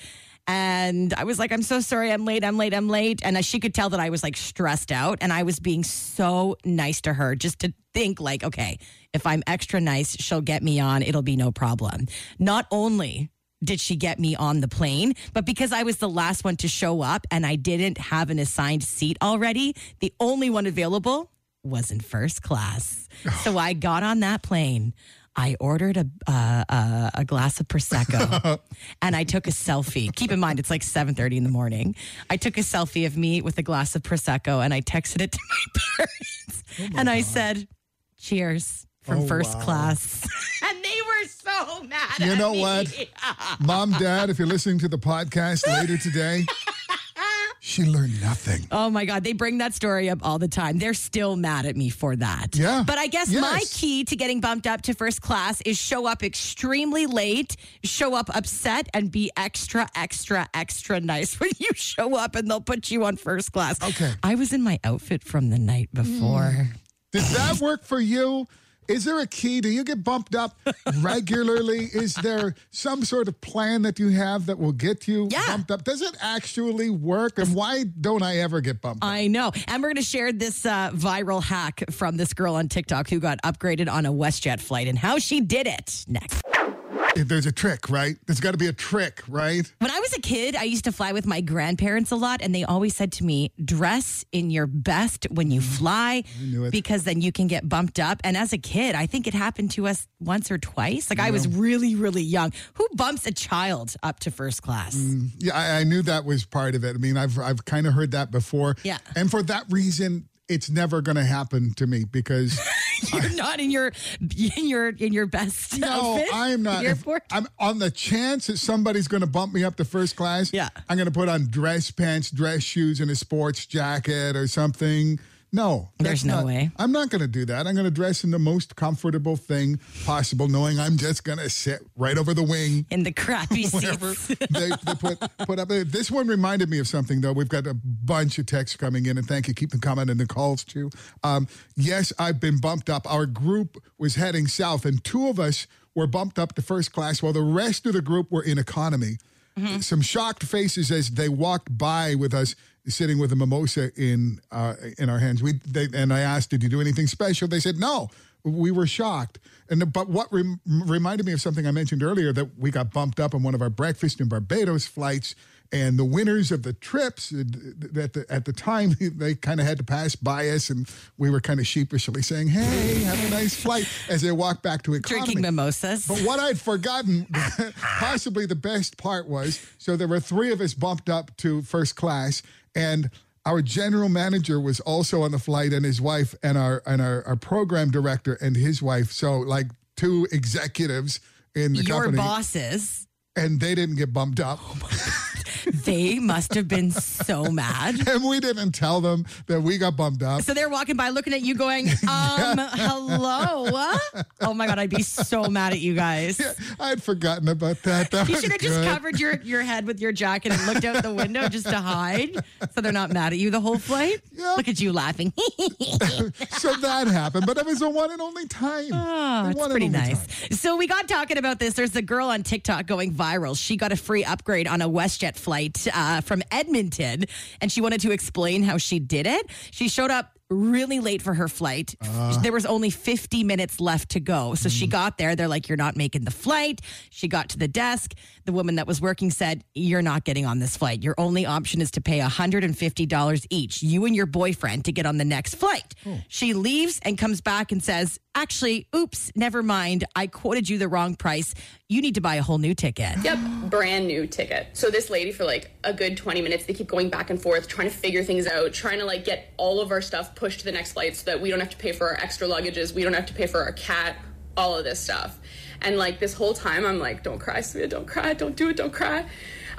Speaker 3: And I was like, I'm so sorry, I'm late, I'm late, I'm late. And she could tell that I was like stressed out. And I was being so nice to her just to think, like, okay, if I'm extra nice, she'll get me on, it'll be no problem. Not only did she get me on the plane? But because I was the last one to show up and I didn't have an assigned seat already, the only one available was in first class. so I got on that plane. I ordered a uh, uh, a glass of prosecco, and I took a selfie. Keep in mind, it's like seven thirty in the morning. I took a selfie of me with a glass of prosecco, and I texted it to my parents, and I said, "Cheers from
Speaker 4: Oh,
Speaker 3: first
Speaker 4: wow.
Speaker 3: class." and they were so mad.
Speaker 4: You
Speaker 3: at
Speaker 4: know
Speaker 3: me.
Speaker 4: what? Mom, Dad, if you're listening to the podcast later today, she learned nothing.
Speaker 3: Oh my God, they bring that story up all the time. They're still mad at me for that.
Speaker 4: Yeah.
Speaker 3: But I guess
Speaker 4: Yes.
Speaker 3: my key to getting bumped up to first class is show up extremely late, show up upset, and be extra, extra, extra nice when you show up and they'll put you on first class.
Speaker 4: Okay. Mm.
Speaker 3: I was in my outfit from the night before.
Speaker 4: Did that work for you? Is there a key? Do you get bumped up regularly? Is there some sort of plan that you have that will get you
Speaker 3: Yeah.
Speaker 4: bumped up? Does it actually work? And why don't I ever get bumped up?
Speaker 3: I know. And we're going to share this uh, viral hack from this girl on TikTok who got upgraded on a WestJet flight and how she did it next.
Speaker 4: If There's a trick, right? There's got to be a trick, right?
Speaker 3: When I was a kid, I used to fly with my grandparents a lot, and they always said to me, dress in your best when you fly
Speaker 4: knew it.
Speaker 3: because then you can get bumped up. And as a kid, I think it happened to us once or twice. Like I was really, really young. Who bumps a child up to first class?
Speaker 4: Yeah, I, I knew that was part of it. I mean, I've I've kind of heard that before.
Speaker 3: Yeah.
Speaker 4: And for that reason, it's never going to happen to me because
Speaker 3: You're not in your in your in your best
Speaker 4: no,
Speaker 3: outfit.
Speaker 4: I'm
Speaker 3: at
Speaker 4: not.
Speaker 3: the
Speaker 4: If
Speaker 3: airport.
Speaker 4: I'm on the chance that somebody's going to bump me up to first class.
Speaker 3: Yeah.
Speaker 4: I'm going to put on dress pants, dress shoes, and a sports jacket or something. No, that's
Speaker 3: There's no
Speaker 4: not-
Speaker 3: way.
Speaker 4: I'm not going to do that. I'm going to dress in the most comfortable thing possible, knowing I'm just going to sit right over the wing.
Speaker 3: in the crappy
Speaker 4: wherever
Speaker 3: seats.
Speaker 4: they, they put put up. This one reminded me of something though. We've got a bunch of texts coming in, and thank you. Keep them coming and the calls too. Um, yes, I've been bumped up. Our group was heading south, and two of us were bumped up to first class, while the rest of the group were in economy. some shocked faces as they walked by with us sitting with a mimosa in uh, in our hands. We they, and I asked, "Did you do anything special?" They said, "No." We were shocked, and but what rem- reminded me of something I mentioned earlier that we got bumped up on one of our breakfast in Barbados flights, and the winners of the trips uh, th- th- at the at the time they kind of had to pass by us, and we were kind of sheepishly saying, "Hey, have a nice flight," as they walked back to economy.
Speaker 3: Drinking mimosas.
Speaker 4: But what I'd forgotten, possibly the best part was so there were three of us bumped up to first class, and our general manager was also on the flight, and his wife, and our and our, our program director and his wife. So like two executives in the
Speaker 3: Your Oh
Speaker 4: company,
Speaker 3: bosses,
Speaker 4: and they didn't get bumped up.
Speaker 3: they must have been so mad.
Speaker 4: and we didn't tell them that we got bumped up.
Speaker 3: So they're walking by looking at you going, um, hello. Oh my God, I'd be so mad at you guys.
Speaker 4: I'd forgotten about that. That
Speaker 3: You
Speaker 4: was
Speaker 3: should have just
Speaker 4: good.
Speaker 3: covered your, your head with your jacket and looked out the window just to hide so they're not mad at you the whole flight. Look at you laughing.
Speaker 4: so that happened, but it was the one and only time.
Speaker 3: Oh,
Speaker 4: The
Speaker 3: it's
Speaker 4: one and
Speaker 3: pretty
Speaker 4: only
Speaker 3: nice.
Speaker 4: time.
Speaker 3: So we got talking about this. There's a girl on TikTok going viral. She got a free upgrade on a WestJet flight uh, from Edmonton, and she wanted to explain how she did it. She showed up really late for her flight.
Speaker 4: Uh.
Speaker 3: there was only 50 minutes left to go. So
Speaker 4: Hmm.
Speaker 3: she got there. They're like, "You're not making the flight." She got to the desk. The woman that was working said, "You're not getting on this flight. Your only option is to pay $150 each, you and your boyfriend, to get on the next flight."
Speaker 4: Oh.
Speaker 3: She leaves and comes back and says, actually, oops, never mind. I quoted you the wrong price. You need to buy a whole new ticket.
Speaker 14: Yep, brand new ticket. So this lady for like a good 20 minutes, they keep going back and forth, trying to figure things out, trying to like get all of our stuff pushed to the next flight so that we don't have to pay for our extra luggages, we don't have to pay for our cat, all of this stuff. And like this whole time, I'm like, don't cry, Sophia, don't cry, don't do it, don't cry.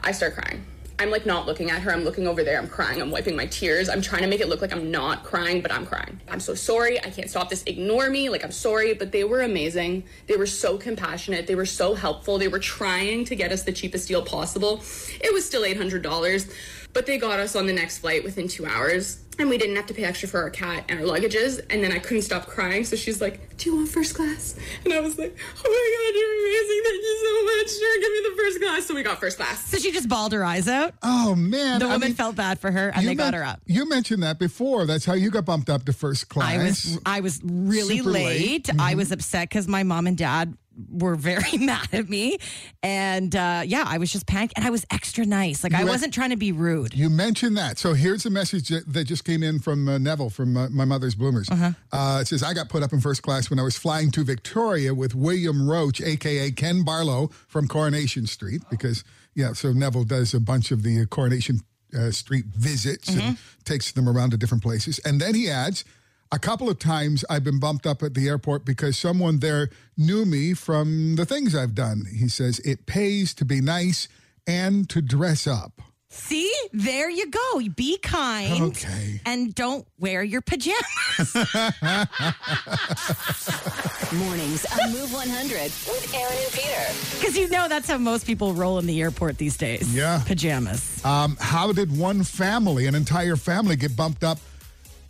Speaker 14: I start crying. I'm like not looking at her. I'm looking over there. I'm crying. I'm wiping my tears. I'm trying to make it look like I'm not crying, but I'm crying. I'm so sorry. I can't stop this. Ignore me. Like, I'm sorry. But they were amazing. They were so compassionate. They were so helpful. They were trying to get us the cheapest deal possible. It was still $800, but they got us on the next flight within two hours. And we didn't have to pay extra for our cat and our luggages. And then I couldn't stop crying. So she's like, Do you want first class? And I was like, Oh my God, you're amazing. Thank you so much. Sure, give me the first class. So we got first class.
Speaker 3: So she just bawled her eyes out.
Speaker 4: Oh man,
Speaker 3: The
Speaker 4: I
Speaker 3: woman
Speaker 4: mean,
Speaker 3: felt bad for her and
Speaker 4: you
Speaker 3: they got
Speaker 4: men-
Speaker 3: her up.
Speaker 4: You mentioned that before. That's how you got bumped up to first class.
Speaker 3: I was I was really
Speaker 4: Super
Speaker 3: late.
Speaker 4: late. Mm-hmm.
Speaker 3: I was upset because my mom and dad were very mad at me, and uh, yeah, I was just panicked. And I was extra nice. Like I
Speaker 4: You went-
Speaker 3: wasn't trying to be rude.
Speaker 4: You mentioned that. So here's a message that that just came in from uh, Neville from uh, my mother's bloomers. uh it says, I got put up in first class when I was flying to Victoria with William Roach, AKA Ken Barlow from Coronation Street, because, yeah, so Neville does a bunch of the Coronation uh, Street visits and takes them around to different places. And then he adds, a couple of times I've been bumped up at the airport because someone there knew me from the things I've done. He says, it pays to be nice and to dress up.
Speaker 3: See, there you go. Be kind. And don't wear your pajamas.
Speaker 2: Mornings on Move 100 with Aaron and Peter.
Speaker 3: Because you know that's how most people roll in the airport these days.
Speaker 4: Yeah.
Speaker 3: Pajamas.
Speaker 4: Um, how did one family, an entire family, get bumped up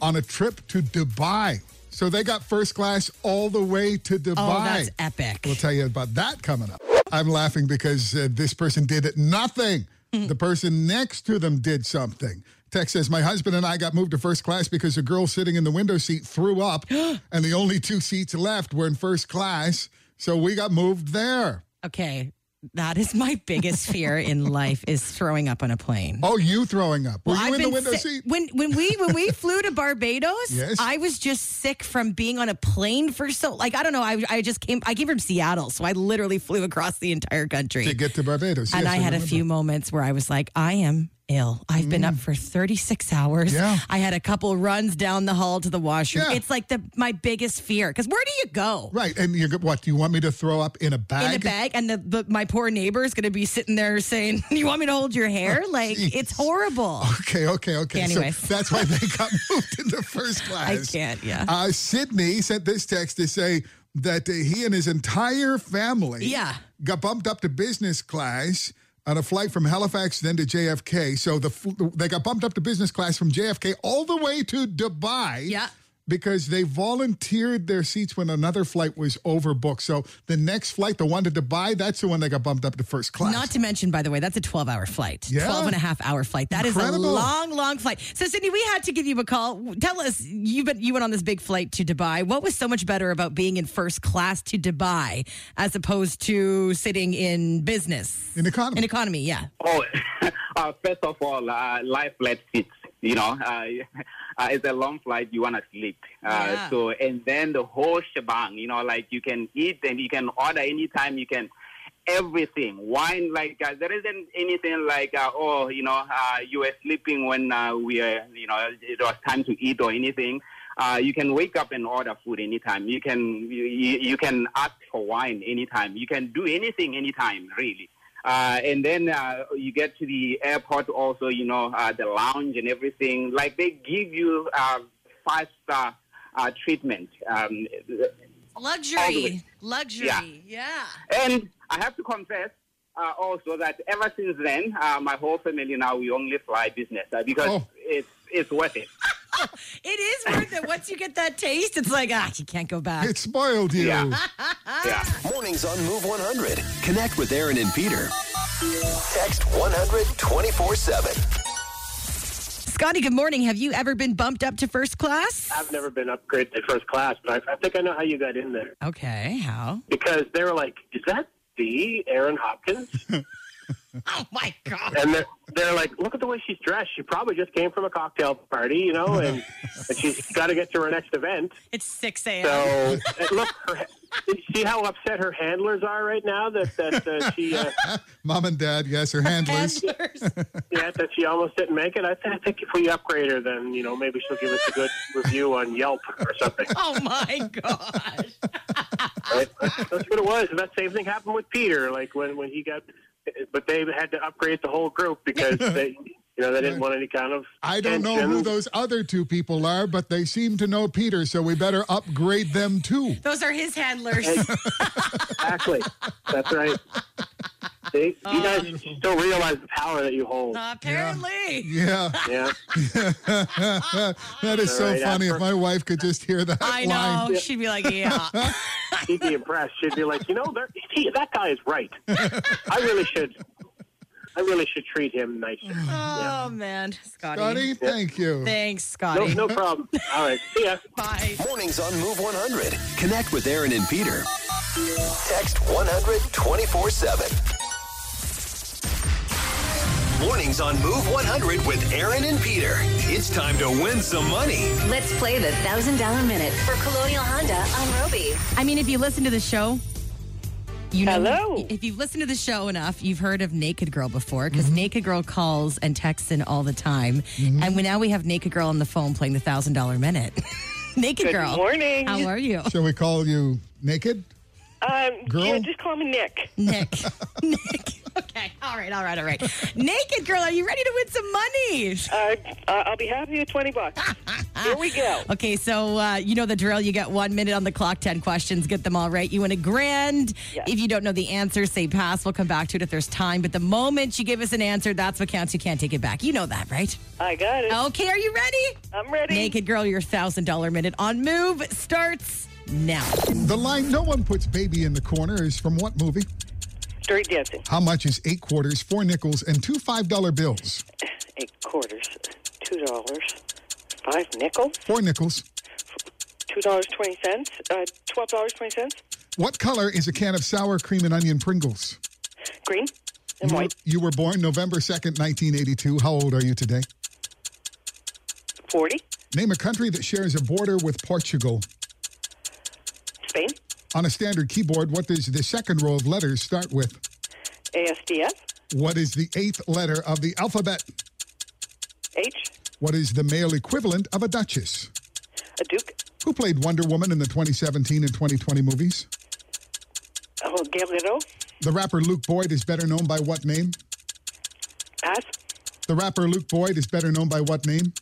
Speaker 4: on a trip to Dubai? So they got first class all the way to Dubai.
Speaker 3: Oh, that's epic.
Speaker 4: We'll tell you about that coming up. I'm laughing because uh, this person did nothing.
Speaker 3: Mm.
Speaker 4: the person next to them did something. Tex says, My husband and I got moved to first class because a girl sitting in the window seat threw up, and the only two seats left were in first class. So we got moved there.
Speaker 3: Okay. That is my biggest fear in life is throwing up on a plane.
Speaker 4: Oh, you throwing up. Were
Speaker 3: Well,
Speaker 4: you
Speaker 3: I've
Speaker 4: in the
Speaker 3: been
Speaker 4: window
Speaker 3: sick-
Speaker 4: seat?
Speaker 3: When when we when we flew to Barbados,
Speaker 4: Yes.
Speaker 3: I was just sick from being on a plane for so like I don't know. I I just came I came from Seattle, so I literally flew across the entire country.
Speaker 4: To get to Barbados.
Speaker 3: and
Speaker 4: Yes,
Speaker 3: I had a
Speaker 4: remember.
Speaker 3: few moments where I was like, I am ill. I've been up for 36 hours.
Speaker 4: Mm. Yeah.
Speaker 3: I had a couple runs down the hall to the washroom.
Speaker 4: Yeah.
Speaker 3: It's like the my biggest fear because where do you go?
Speaker 4: Right. And you go, what? Do you want me to throw up in a bag?
Speaker 3: In a bag, and the, the my poor neighbor is going to be sitting there saying, "You want me to hold your
Speaker 4: Oh,
Speaker 3: hair?" like it's horrible.
Speaker 4: Okay, okay, okay.
Speaker 3: Anyways.
Speaker 4: So that's why they got moved into first class.
Speaker 3: I can't. Yeah.
Speaker 4: Uh, Sydney sent this text to say that uh, he and his entire family
Speaker 3: Yeah.
Speaker 4: got bumped up to business class on a flight from Halifax then to JFK. So the fl- they got bumped up to business class from JFK all the way to Dubai.
Speaker 3: Yeah.
Speaker 4: because they volunteered their seats when another flight was overbooked. So the next flight, the one to Dubai, that's the one that got bumped up to first class.
Speaker 3: Not to mention, by the way, that's a 12 hour flight,
Speaker 4: Yeah.
Speaker 3: 12 and a half hour flight. That is
Speaker 4: Incredible.
Speaker 3: a long, long flight. So, Sydney, we had to give you a call. Tell us, you, been, you went on this big flight to Dubai. What was so much better about being in first class to Dubai as opposed to sitting in business?
Speaker 4: In economy.
Speaker 3: In economy, yeah.
Speaker 15: Oh, uh, first of all, uh, life flight seats. You know, uh, uh, it's a long flight. You want to sleep. Uh,
Speaker 16: Yeah.
Speaker 15: So, and then the whole shebang. You know, like you can eat and you can order anytime. You can everything. Wine, like uh, there isn't anything like uh, oh, you know, uh, you were sleeping when uh, we were, you know, it was time to eat or anything. Uh, you can wake up and order food anytime. You can you, you you can ask for wine anytime. You can do anything anytime, really. Uh, and then uh, you get to the airport also, you know, uh, the lounge and everything. Like they give you uh, five star uh, treatment. Um, all the way.
Speaker 3: Luxury. Luxury.
Speaker 15: Yeah.
Speaker 3: yeah.
Speaker 15: And I have to confess uh, also that ever since then, uh, my whole family now we only fly business uh, because it's it's worth it.
Speaker 3: It is worth it. Once you get that taste, it's like, ah, you can't go back.
Speaker 4: It spoiled
Speaker 1: you. Yeah. Mornings on Move 100. Connect with Aaron and Peter. Text 100 24 7.
Speaker 3: Scotty, good morning. Have you ever been bumped up to first class?
Speaker 17: I've never been upgraded to first class, but I, I think I know how you got in there.
Speaker 3: Okay, how?
Speaker 17: Because they were like, "Is that the Aaron Hopkins?"
Speaker 3: oh my god!
Speaker 17: And they're, they're like, "Look at the way she's dressed. She probably just came from a cocktail party, you know, and, and she's got to get to her next event."
Speaker 3: It's 6 a.m.
Speaker 17: So and look, her, see how upset her handlers are right now that that uh, she uh,
Speaker 4: Mom and dad, yes, or handlers.
Speaker 17: yeah that she almost didn't make it. I, th- I think if we upgrade her, then you know maybe she'll give us a good review on Yelp or something.
Speaker 3: Oh my god!
Speaker 17: Right? That's what it was. And that same thing happened with Peter, like when, when he got, but they had to upgrade the whole group because they, you know, they didn't want any kind of.
Speaker 4: I don't know who
Speaker 17: tension.
Speaker 4: those other two people are, but they seem to know Peter, so we better upgrade them too.
Speaker 3: Those are his handlers.
Speaker 17: Exactly. That's right. See, you guys don't realize the power that you hold.
Speaker 3: apparently.
Speaker 4: Yeah.
Speaker 17: Yeah.
Speaker 4: that is so
Speaker 17: All right,
Speaker 4: funny.
Speaker 17: after-
Speaker 4: If my wife could just hear that,
Speaker 3: I know.
Speaker 4: line.
Speaker 3: She'd be like, yeah.
Speaker 17: She'd be impressed. She'd be like, you know, there- he, that guy is right. I really should. I really should treat him nicer.
Speaker 3: Oh man, Scotty.
Speaker 4: Scotty, thank you.
Speaker 3: Thanks,
Speaker 17: No,
Speaker 3: Scotty.
Speaker 17: no problem. All right. See ya.
Speaker 3: Bye.
Speaker 1: Mornings on Move 100. Connect with Aaron and Peter. Text 100 24 7. Mornings on Move 100 with Aaron and Peter. It's time to win some money.
Speaker 2: Let's play the $1,000 minute for Colonial Honda on Roby.
Speaker 3: I mean, if you listen to the show, you know.
Speaker 2: Hello.
Speaker 3: If you've listened to the show enough, you've heard of Naked Girl before because
Speaker 18: Mm-hmm.
Speaker 3: Naked Girl calls and texts in all the time. And we, now we have Naked Girl on the phone playing the thousand dollar minute. Naked
Speaker 18: Good
Speaker 3: Girl.
Speaker 18: morning.
Speaker 3: How are you?
Speaker 4: Shall we call you naked?
Speaker 18: Um,
Speaker 4: Girl?
Speaker 18: yeah, just call me Nick.
Speaker 3: Nick. Okay. All right. All right. All right. Naked Girl, are you ready to win some money?
Speaker 18: Uh, uh, I'll be happy with 20 bucks. Here we go.
Speaker 3: Okay, so uh, you know the drill. You got one minute on the clock, 10 questions. Get them all right. You win a grand. If you don't know the answer, say pass. We'll come back to it if there's time. But the moment you give us an answer, that's what counts. You can't take it back. You know that, right?
Speaker 18: I got it.
Speaker 3: Okay, are you ready?
Speaker 18: I'm ready.
Speaker 3: Naked Girl, your $1,000 minute on Move starts now.
Speaker 4: The line "No one puts baby in the corner" is from what movie?
Speaker 18: Dirty dancing.
Speaker 4: How much is eight quarters, four nickels, and two five dollar bills?
Speaker 18: Eight quarters, two dollars, five nickels,
Speaker 4: Four nickels.
Speaker 18: two dollars twenty cents, uh, twelve dollars twenty cents,
Speaker 4: What color is a can of sour cream and onion Pringles?
Speaker 18: green and
Speaker 3: Mm-hmm.
Speaker 4: You were,
Speaker 18: white,
Speaker 4: you were born November second, nineteen eighty-two. How old are you today?
Speaker 18: forty,
Speaker 4: Name a country that shares a border with Portugal.
Speaker 18: Spain,
Speaker 4: On a standard keyboard, what does the second row of letters start with?
Speaker 18: ASDF,
Speaker 4: What is the eighth letter of the alphabet?
Speaker 18: H,
Speaker 4: What is the male equivalent of a duchess?
Speaker 18: a Duke.
Speaker 4: Who played Wonder Woman in the 2017 and 2020 movies?
Speaker 18: Oh, Guerrero,
Speaker 4: The rapper Luke Boyd is better known by what name?
Speaker 18: pass,
Speaker 4: The rapper Luke Boyd is better known by what name?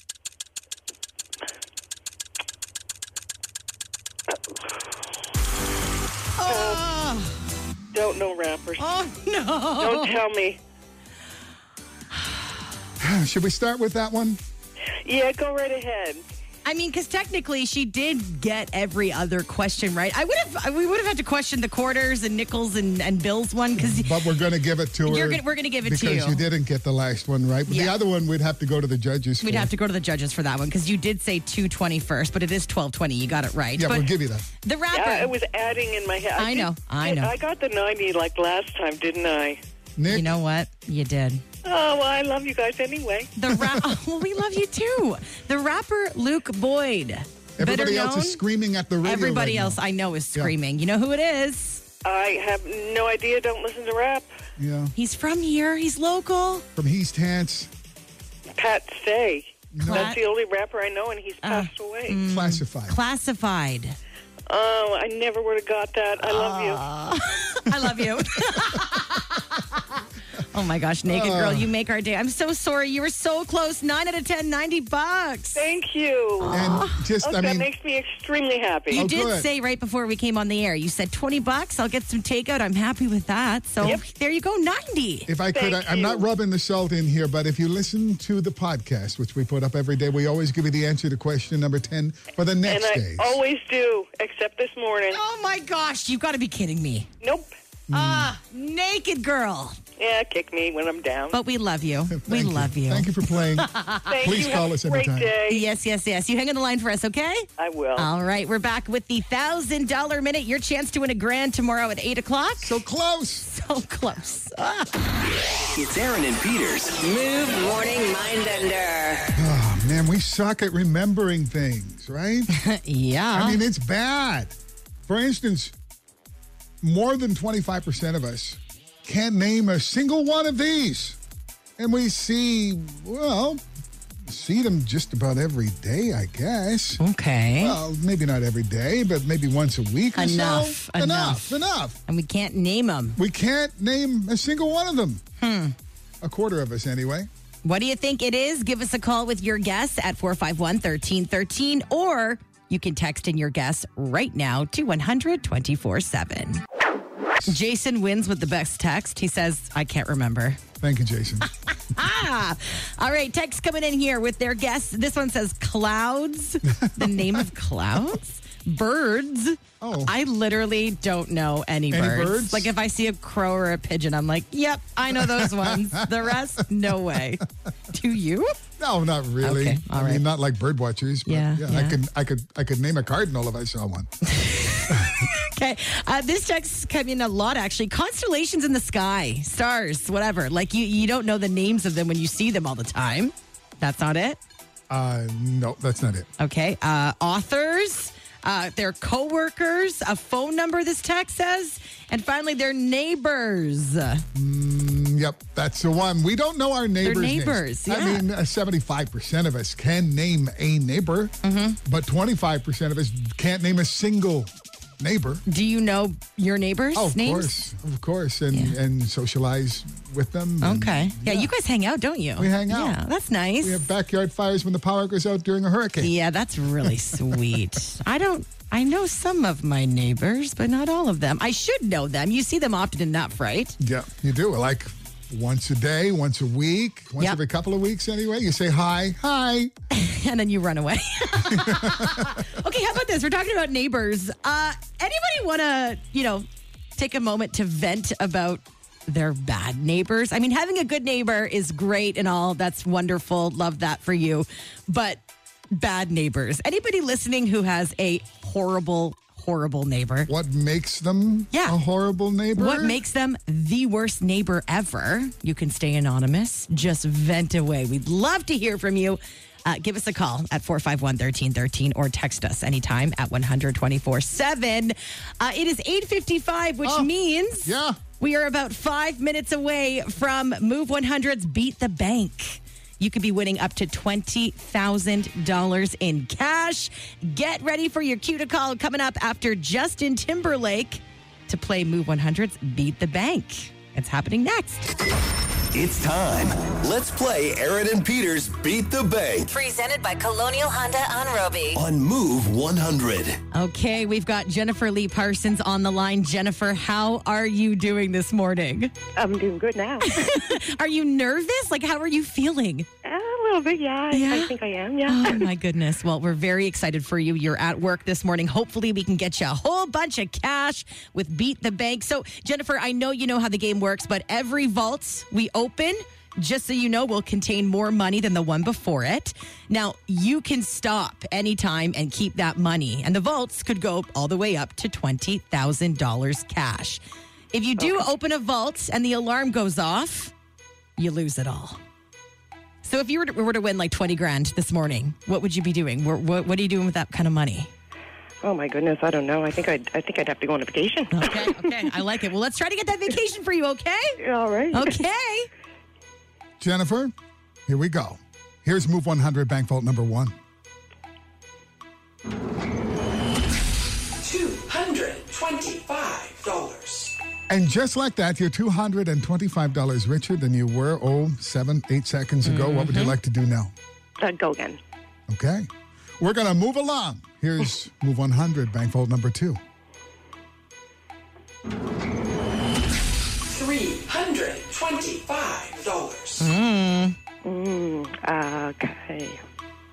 Speaker 18: Don't know rappers.
Speaker 3: Oh no!
Speaker 18: Don't tell me.
Speaker 4: Should we start with that one?
Speaker 18: Yeah, go right ahead.
Speaker 3: I mean, because technically she did get every other question right. I would have, we would have had to question the quarters and nickels and, and bills one because
Speaker 4: But we're going to give it to her.
Speaker 3: You're gonna- we're gonna give it to
Speaker 4: because
Speaker 3: you.
Speaker 4: you didn't get the last one right. But The
Speaker 3: Yeah.
Speaker 4: other one we'd have to go to the judges.
Speaker 3: we'd
Speaker 4: for.
Speaker 3: have to go to the judges for that one because you did say 220 first, but it is 1220. You got it right.
Speaker 4: Yeah,
Speaker 3: but
Speaker 4: we'll give you that.
Speaker 3: The rapper.
Speaker 18: Yeah, I was adding in my head.
Speaker 3: I
Speaker 18: did-
Speaker 3: know, I know.
Speaker 18: I got the 90 like last time, didn't I?
Speaker 3: You know what? You did.
Speaker 18: Oh, well, I love you guys anyway.
Speaker 3: The rap. well, we love you too. The rapper Luke Boyd.
Speaker 4: Everybody
Speaker 3: better
Speaker 4: else
Speaker 3: known-
Speaker 4: is screaming at the radio.
Speaker 3: Everybody
Speaker 4: right now.
Speaker 3: else I know is screaming. You know who it is?
Speaker 18: I have no idea. Don't listen to rap.
Speaker 4: Yeah.
Speaker 3: He's from here. He's local.
Speaker 4: From East Hants.
Speaker 18: Pat Stay.
Speaker 3: Cla-
Speaker 18: That's the only rapper I know, and
Speaker 3: Uh,
Speaker 18: he's passed away.
Speaker 3: mm.
Speaker 4: Classified.
Speaker 3: Classified.
Speaker 18: Oh, I never would have got that. I love
Speaker 3: Ah.
Speaker 18: you.
Speaker 3: I love you. oh my gosh, Naked
Speaker 18: Uh.
Speaker 3: Girl, you make our day. I'm so sorry. You were so close. Nine out of ten, 90 bucks.
Speaker 18: Thank you.
Speaker 3: Ah,
Speaker 4: And just,
Speaker 18: oh,
Speaker 4: I
Speaker 18: that
Speaker 4: mean-
Speaker 18: makes me extremely happy.
Speaker 4: Oh,
Speaker 3: You did say right before we came on the air, you said 20 bucks. I'll get some takeout. I'm happy with that. So there you go, 90.
Speaker 4: If I could, I, I'm not rubbing the salt in here, but if you listen to the podcast, which we put up every day, we always give you the answer to question number 10 for the
Speaker 18: and
Speaker 4: next
Speaker 18: I
Speaker 4: day.
Speaker 18: always do, except this morning.
Speaker 3: Oh my gosh, you've got to be kidding me.
Speaker 18: Nope.
Speaker 3: Ah, naked girl.
Speaker 18: Yeah, kick me when I'm down.
Speaker 3: But we love you. we love you.
Speaker 4: Thank you for playing.
Speaker 3: ah.
Speaker 4: Please
Speaker 18: you.
Speaker 4: call
Speaker 18: Have
Speaker 4: us
Speaker 18: a great
Speaker 4: anytime.
Speaker 18: day.
Speaker 3: Yes, yes, yes. You hang on the line for us, okay?
Speaker 18: I will.
Speaker 3: All right, we're back with the thousand dollar minute. Your chance to win a grand tomorrow at eight o'clock. So
Speaker 4: close.
Speaker 3: So close. Ah.
Speaker 1: It's Aaron and Peter's Move
Speaker 2: Morning Mindbender.
Speaker 4: Oh, man, we suck at remembering things, right?
Speaker 3: yeah.
Speaker 4: I mean, it's bad. For instance, more than 25% of us can't name a single one of these. And we see, well, see them just about every day, I guess.
Speaker 3: Okay.
Speaker 4: Well, maybe not every day, but maybe once a week or so.
Speaker 3: Enough,
Speaker 4: Enough.
Speaker 3: enough.
Speaker 4: Enough.
Speaker 3: And we can't name them.
Speaker 4: We can't name a single one of them.
Speaker 3: Hmm.
Speaker 4: A quarter of us, anyway.
Speaker 3: What do you think it is? Give us a call with your guess at 451 1313, or you can text in your guess right now to 100 24 7. Jason wins with the best text. He says, I can't remember.
Speaker 4: Thank you, Jason.
Speaker 3: Ah! All right, text coming in here with their guess. This one says clouds, the name of clouds, birds.
Speaker 4: Oh.
Speaker 3: I literally don't know any,
Speaker 4: Any birds?
Speaker 3: Like if I see a crow or a pigeon, I'm like, yep, I know those ones. the rest, no way. Do you?
Speaker 4: No, not really.
Speaker 3: Okay, all
Speaker 4: I mean,
Speaker 3: right.
Speaker 4: not like bird watchers. But yeah,
Speaker 3: Yeah,
Speaker 4: I
Speaker 3: yeah.
Speaker 4: could, I could, I could name a cardinal if I saw one.
Speaker 3: Okay. Uh, this text come in a lot actually. Constellations in the sky, stars, whatever. Like you, you don't know the names of them when you see them all the time. That's not it.
Speaker 4: Uh, no, that's not it.
Speaker 3: Okay. Uh, authors, uh, their coworkers, a phone number. This text says, and finally their neighbors.
Speaker 4: Mm, yep, that's the one. We don't know our neighbors. names.
Speaker 3: neighbors,
Speaker 4: I
Speaker 3: yeah.
Speaker 4: mean, uh, seventy-five percent of us can name a neighbor,
Speaker 3: Mm-hmm.
Speaker 4: but twenty-five percent of us can't name a single neighbor.
Speaker 3: Do you know your neighbors?
Speaker 4: Oh, of
Speaker 3: names?
Speaker 4: course, of course, and and socialize with them. and-
Speaker 3: Okay. Yeah, you guys hang out, don't you?
Speaker 4: We hang out.
Speaker 3: Yeah, that's nice.
Speaker 4: We have backyard fires when the power goes out during a hurricane.
Speaker 3: Yeah, that's really sweet. I don't. I know some of my neighbors, but not all of them. I should know them. You see them often enough, right?
Speaker 4: Yeah, you do. Like once a day, once a week, once
Speaker 3: Yep.
Speaker 4: every couple of weeks anyway. You say hi, hi.
Speaker 3: and then you run away. okay, how about this? We're talking about neighbors. Uh, anybody want to, you know, take a moment to vent about their bad neighbors? I mean, having a good neighbor is great and all. That's wonderful. Love that for you. But bad neighbors. Anybody listening who has a horrible, horrible neighbor?
Speaker 4: What makes them
Speaker 3: yeah. a
Speaker 4: horrible neighbor?
Speaker 3: What makes them the worst neighbor ever? You can stay anonymous. Just vent away. We'd love to hear from you. Uh, give us a call at 451 1313 or text us anytime at 124 7. Uh, it is 855, which means
Speaker 4: yeah.
Speaker 3: we are about five minutes away from Move 100's Beat the Bank. You could be winning up to $20,000 in cash. Get ready for your cue to call coming up after Justin Timberlake to play Move 100's Beat the Bank. It's happening next.
Speaker 1: It's time. Let's play Aaron and Peter's Beat the Bank
Speaker 2: Presented by Colonial Honda on Roby.
Speaker 1: on Move 100.
Speaker 3: Okay, we've got Jennifer Lee Parsons on the line. Jennifer, how are you doing this morning?
Speaker 16: I'm doing good now.
Speaker 3: are you nervous? Like, how are you feeling?
Speaker 16: a little
Speaker 12: little bit, yeah. I- I think I am, yeah.
Speaker 3: Oh my goodness. Well, we're very excited for you. You're at work this morning. Hopefully we can get you a whole bunch of cash with Beat the Bank. So, Jennifer, I know you know how the game works, but every vault we open, just so you know, will contain more money than the one before it. Now, you can stop anytime and keep that money. And the vaults could go all the way up to $20,000 cash. If you do open a vault and the alarm goes off, you lose it all. So if you were to, were to win like 20 grand this morning, what would you be doing? What, what, what are you doing with that kind of money?
Speaker 18: Oh my goodness, I don't know. I think I'd I think I'd have to go on a vacation.
Speaker 3: Okay, okay, I like it. Well, let's try to get that vacation for you, okay?
Speaker 18: All right.
Speaker 3: Okay.
Speaker 4: Jennifer, here we go. Here's Move 100 Bank Vault number one.
Speaker 16: 225 dollars
Speaker 4: And just like that, you're $225 richer than you were, oh, seven, eight seconds ago. What would you
Speaker 3: Mm-hmm.
Speaker 4: like to do now?
Speaker 18: Uh, go again.
Speaker 4: Okay. We're going to move along. Here's Move 100 Bank Vault number two.
Speaker 16: 325 dollars
Speaker 18: Mm. okay.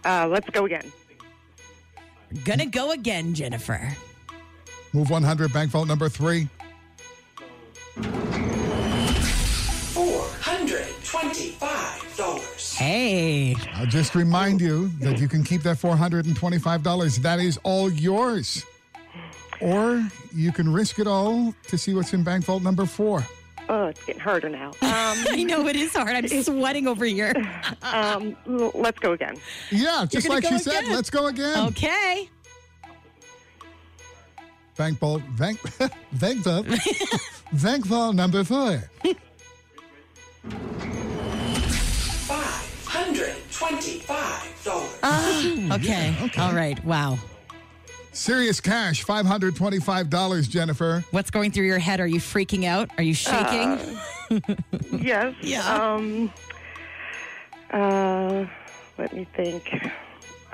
Speaker 18: Uh, let's go again.
Speaker 3: Gonna go again, Jennifer.
Speaker 4: Move 100 Bank Vault number three.
Speaker 16: 425 dollars
Speaker 3: Hey.
Speaker 4: I'll just remind you that you can keep that $425. That is all yours. Or you can risk it all to see what's in Bank Vault number four.
Speaker 18: Oh, it's getting harder now.
Speaker 3: I know it is hard. I'm sweating over here.
Speaker 18: Um, l- let's go again.
Speaker 4: Yeah, just
Speaker 18: gonna
Speaker 4: like
Speaker 18: go
Speaker 4: she said,
Speaker 18: again?
Speaker 4: let's go again.
Speaker 3: Okay.
Speaker 4: Bank Vault, Bank, bank Vault, Bank Vault number four.
Speaker 16: 125 dollars
Speaker 3: okay. All right. Wow.
Speaker 4: Serious cash, $525, Jennifer.
Speaker 3: What's going through your head? Are you freaking out? Are you shaking?
Speaker 18: Yes. Yeah. Um, uh, let me think.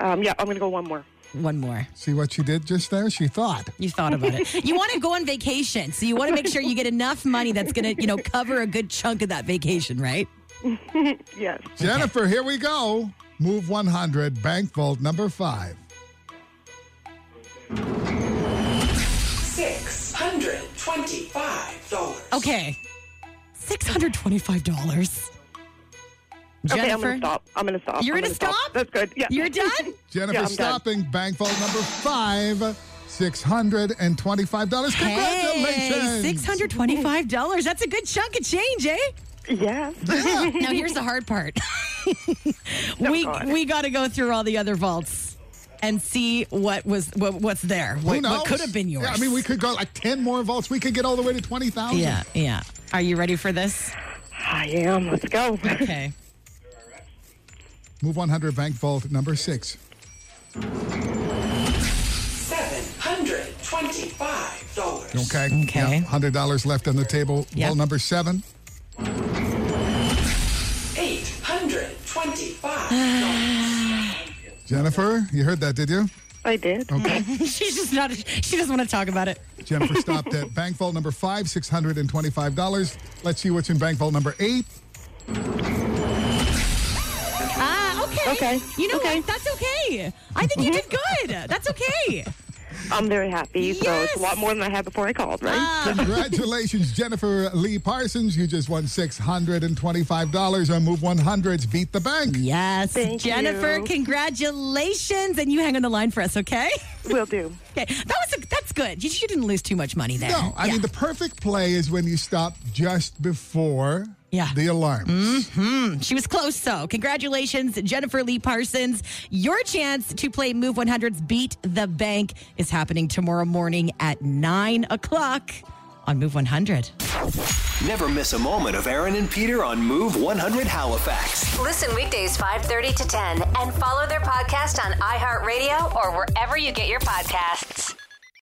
Speaker 18: Um, yeah, I'm going to go one more.
Speaker 3: One more.
Speaker 4: See what she did just there? She thought.
Speaker 3: You thought about it. You want to go on vacation, so you want to make sure you get enough money that's going to, you know, cover a good chunk of that vacation, right?
Speaker 18: yes.
Speaker 4: Jennifer, here we go. Move 100, Bank Vault number five.
Speaker 16: 625 dollars
Speaker 3: Okay. $625.
Speaker 18: Okay, I'm
Speaker 3: Jennifer?
Speaker 18: going to stop. I'm going to stop.
Speaker 3: You're
Speaker 18: I'm
Speaker 3: gonna stop?
Speaker 18: That's good. Yeah.
Speaker 3: You're done?
Speaker 4: Jennifer
Speaker 18: Yeah, I'm done.
Speaker 4: stopping bank vault number five, six hundred and twenty-five dollars.
Speaker 3: Hey,
Speaker 4: Congratulations!
Speaker 3: $625. That's a good chunk of change, eh?
Speaker 18: Yes.
Speaker 3: Now, here's the hard part. we
Speaker 18: God.
Speaker 3: we got to go through all the other vaults and see what was what, what's there.
Speaker 4: Who
Speaker 3: What,
Speaker 4: knows?
Speaker 3: what could have been yours?
Speaker 4: Yeah, I mean, we could go like ten more vaults. We could get all the way to twenty thousand.
Speaker 3: Yeah, yeah. Are you ready for this?
Speaker 18: I am. Let's go.
Speaker 3: Okay.
Speaker 4: Move one hundred bank vault number six.
Speaker 16: 725 dollars
Speaker 4: Okay. Okay. Hundred dollars left on the table. Vault number seven.
Speaker 16: 825
Speaker 4: Jennifer, you heard that, did you?
Speaker 18: I did.
Speaker 4: Okay.
Speaker 3: She's just not. She doesn't want to talk about it.
Speaker 4: Jennifer stopped at bank vault number five, six hundred and twenty-five dollars. Let's see what's in bank vault number eight.
Speaker 3: Ah, okay.
Speaker 18: Okay.
Speaker 3: You know what? That's okay. I think you did good. That's okay.
Speaker 18: I'm very happy. So it's
Speaker 3: Yes.
Speaker 18: a lot more than I had before I called, right?
Speaker 3: Uh,
Speaker 4: Congratulations, Jennifer Lee Parsons. You just won $625 on Move 100's Beat the Bank.
Speaker 3: Yes,
Speaker 18: Thank
Speaker 3: Jennifer.
Speaker 18: you.
Speaker 3: Congratulations, and you hang on the line for us, okay?
Speaker 18: Will do.
Speaker 3: Okay, that was a, that's good. You, you didn't lose too much money there.
Speaker 4: No, I mean, the perfect play is when you stop just before
Speaker 3: Yeah.
Speaker 4: the alarm.
Speaker 3: Hmm, she was close, so congratulations, Jennifer Lee Parsons. Your chance to play Move 100's Beat the Bank is happening tomorrow morning at 9 o'clock on Move 100.
Speaker 1: Never miss a moment of Aaron and Peter on Move 100 Halifax.
Speaker 2: Listen weekdays 5:30 to 10 and follow their podcast on iHeartRadio or wherever you get your podcasts.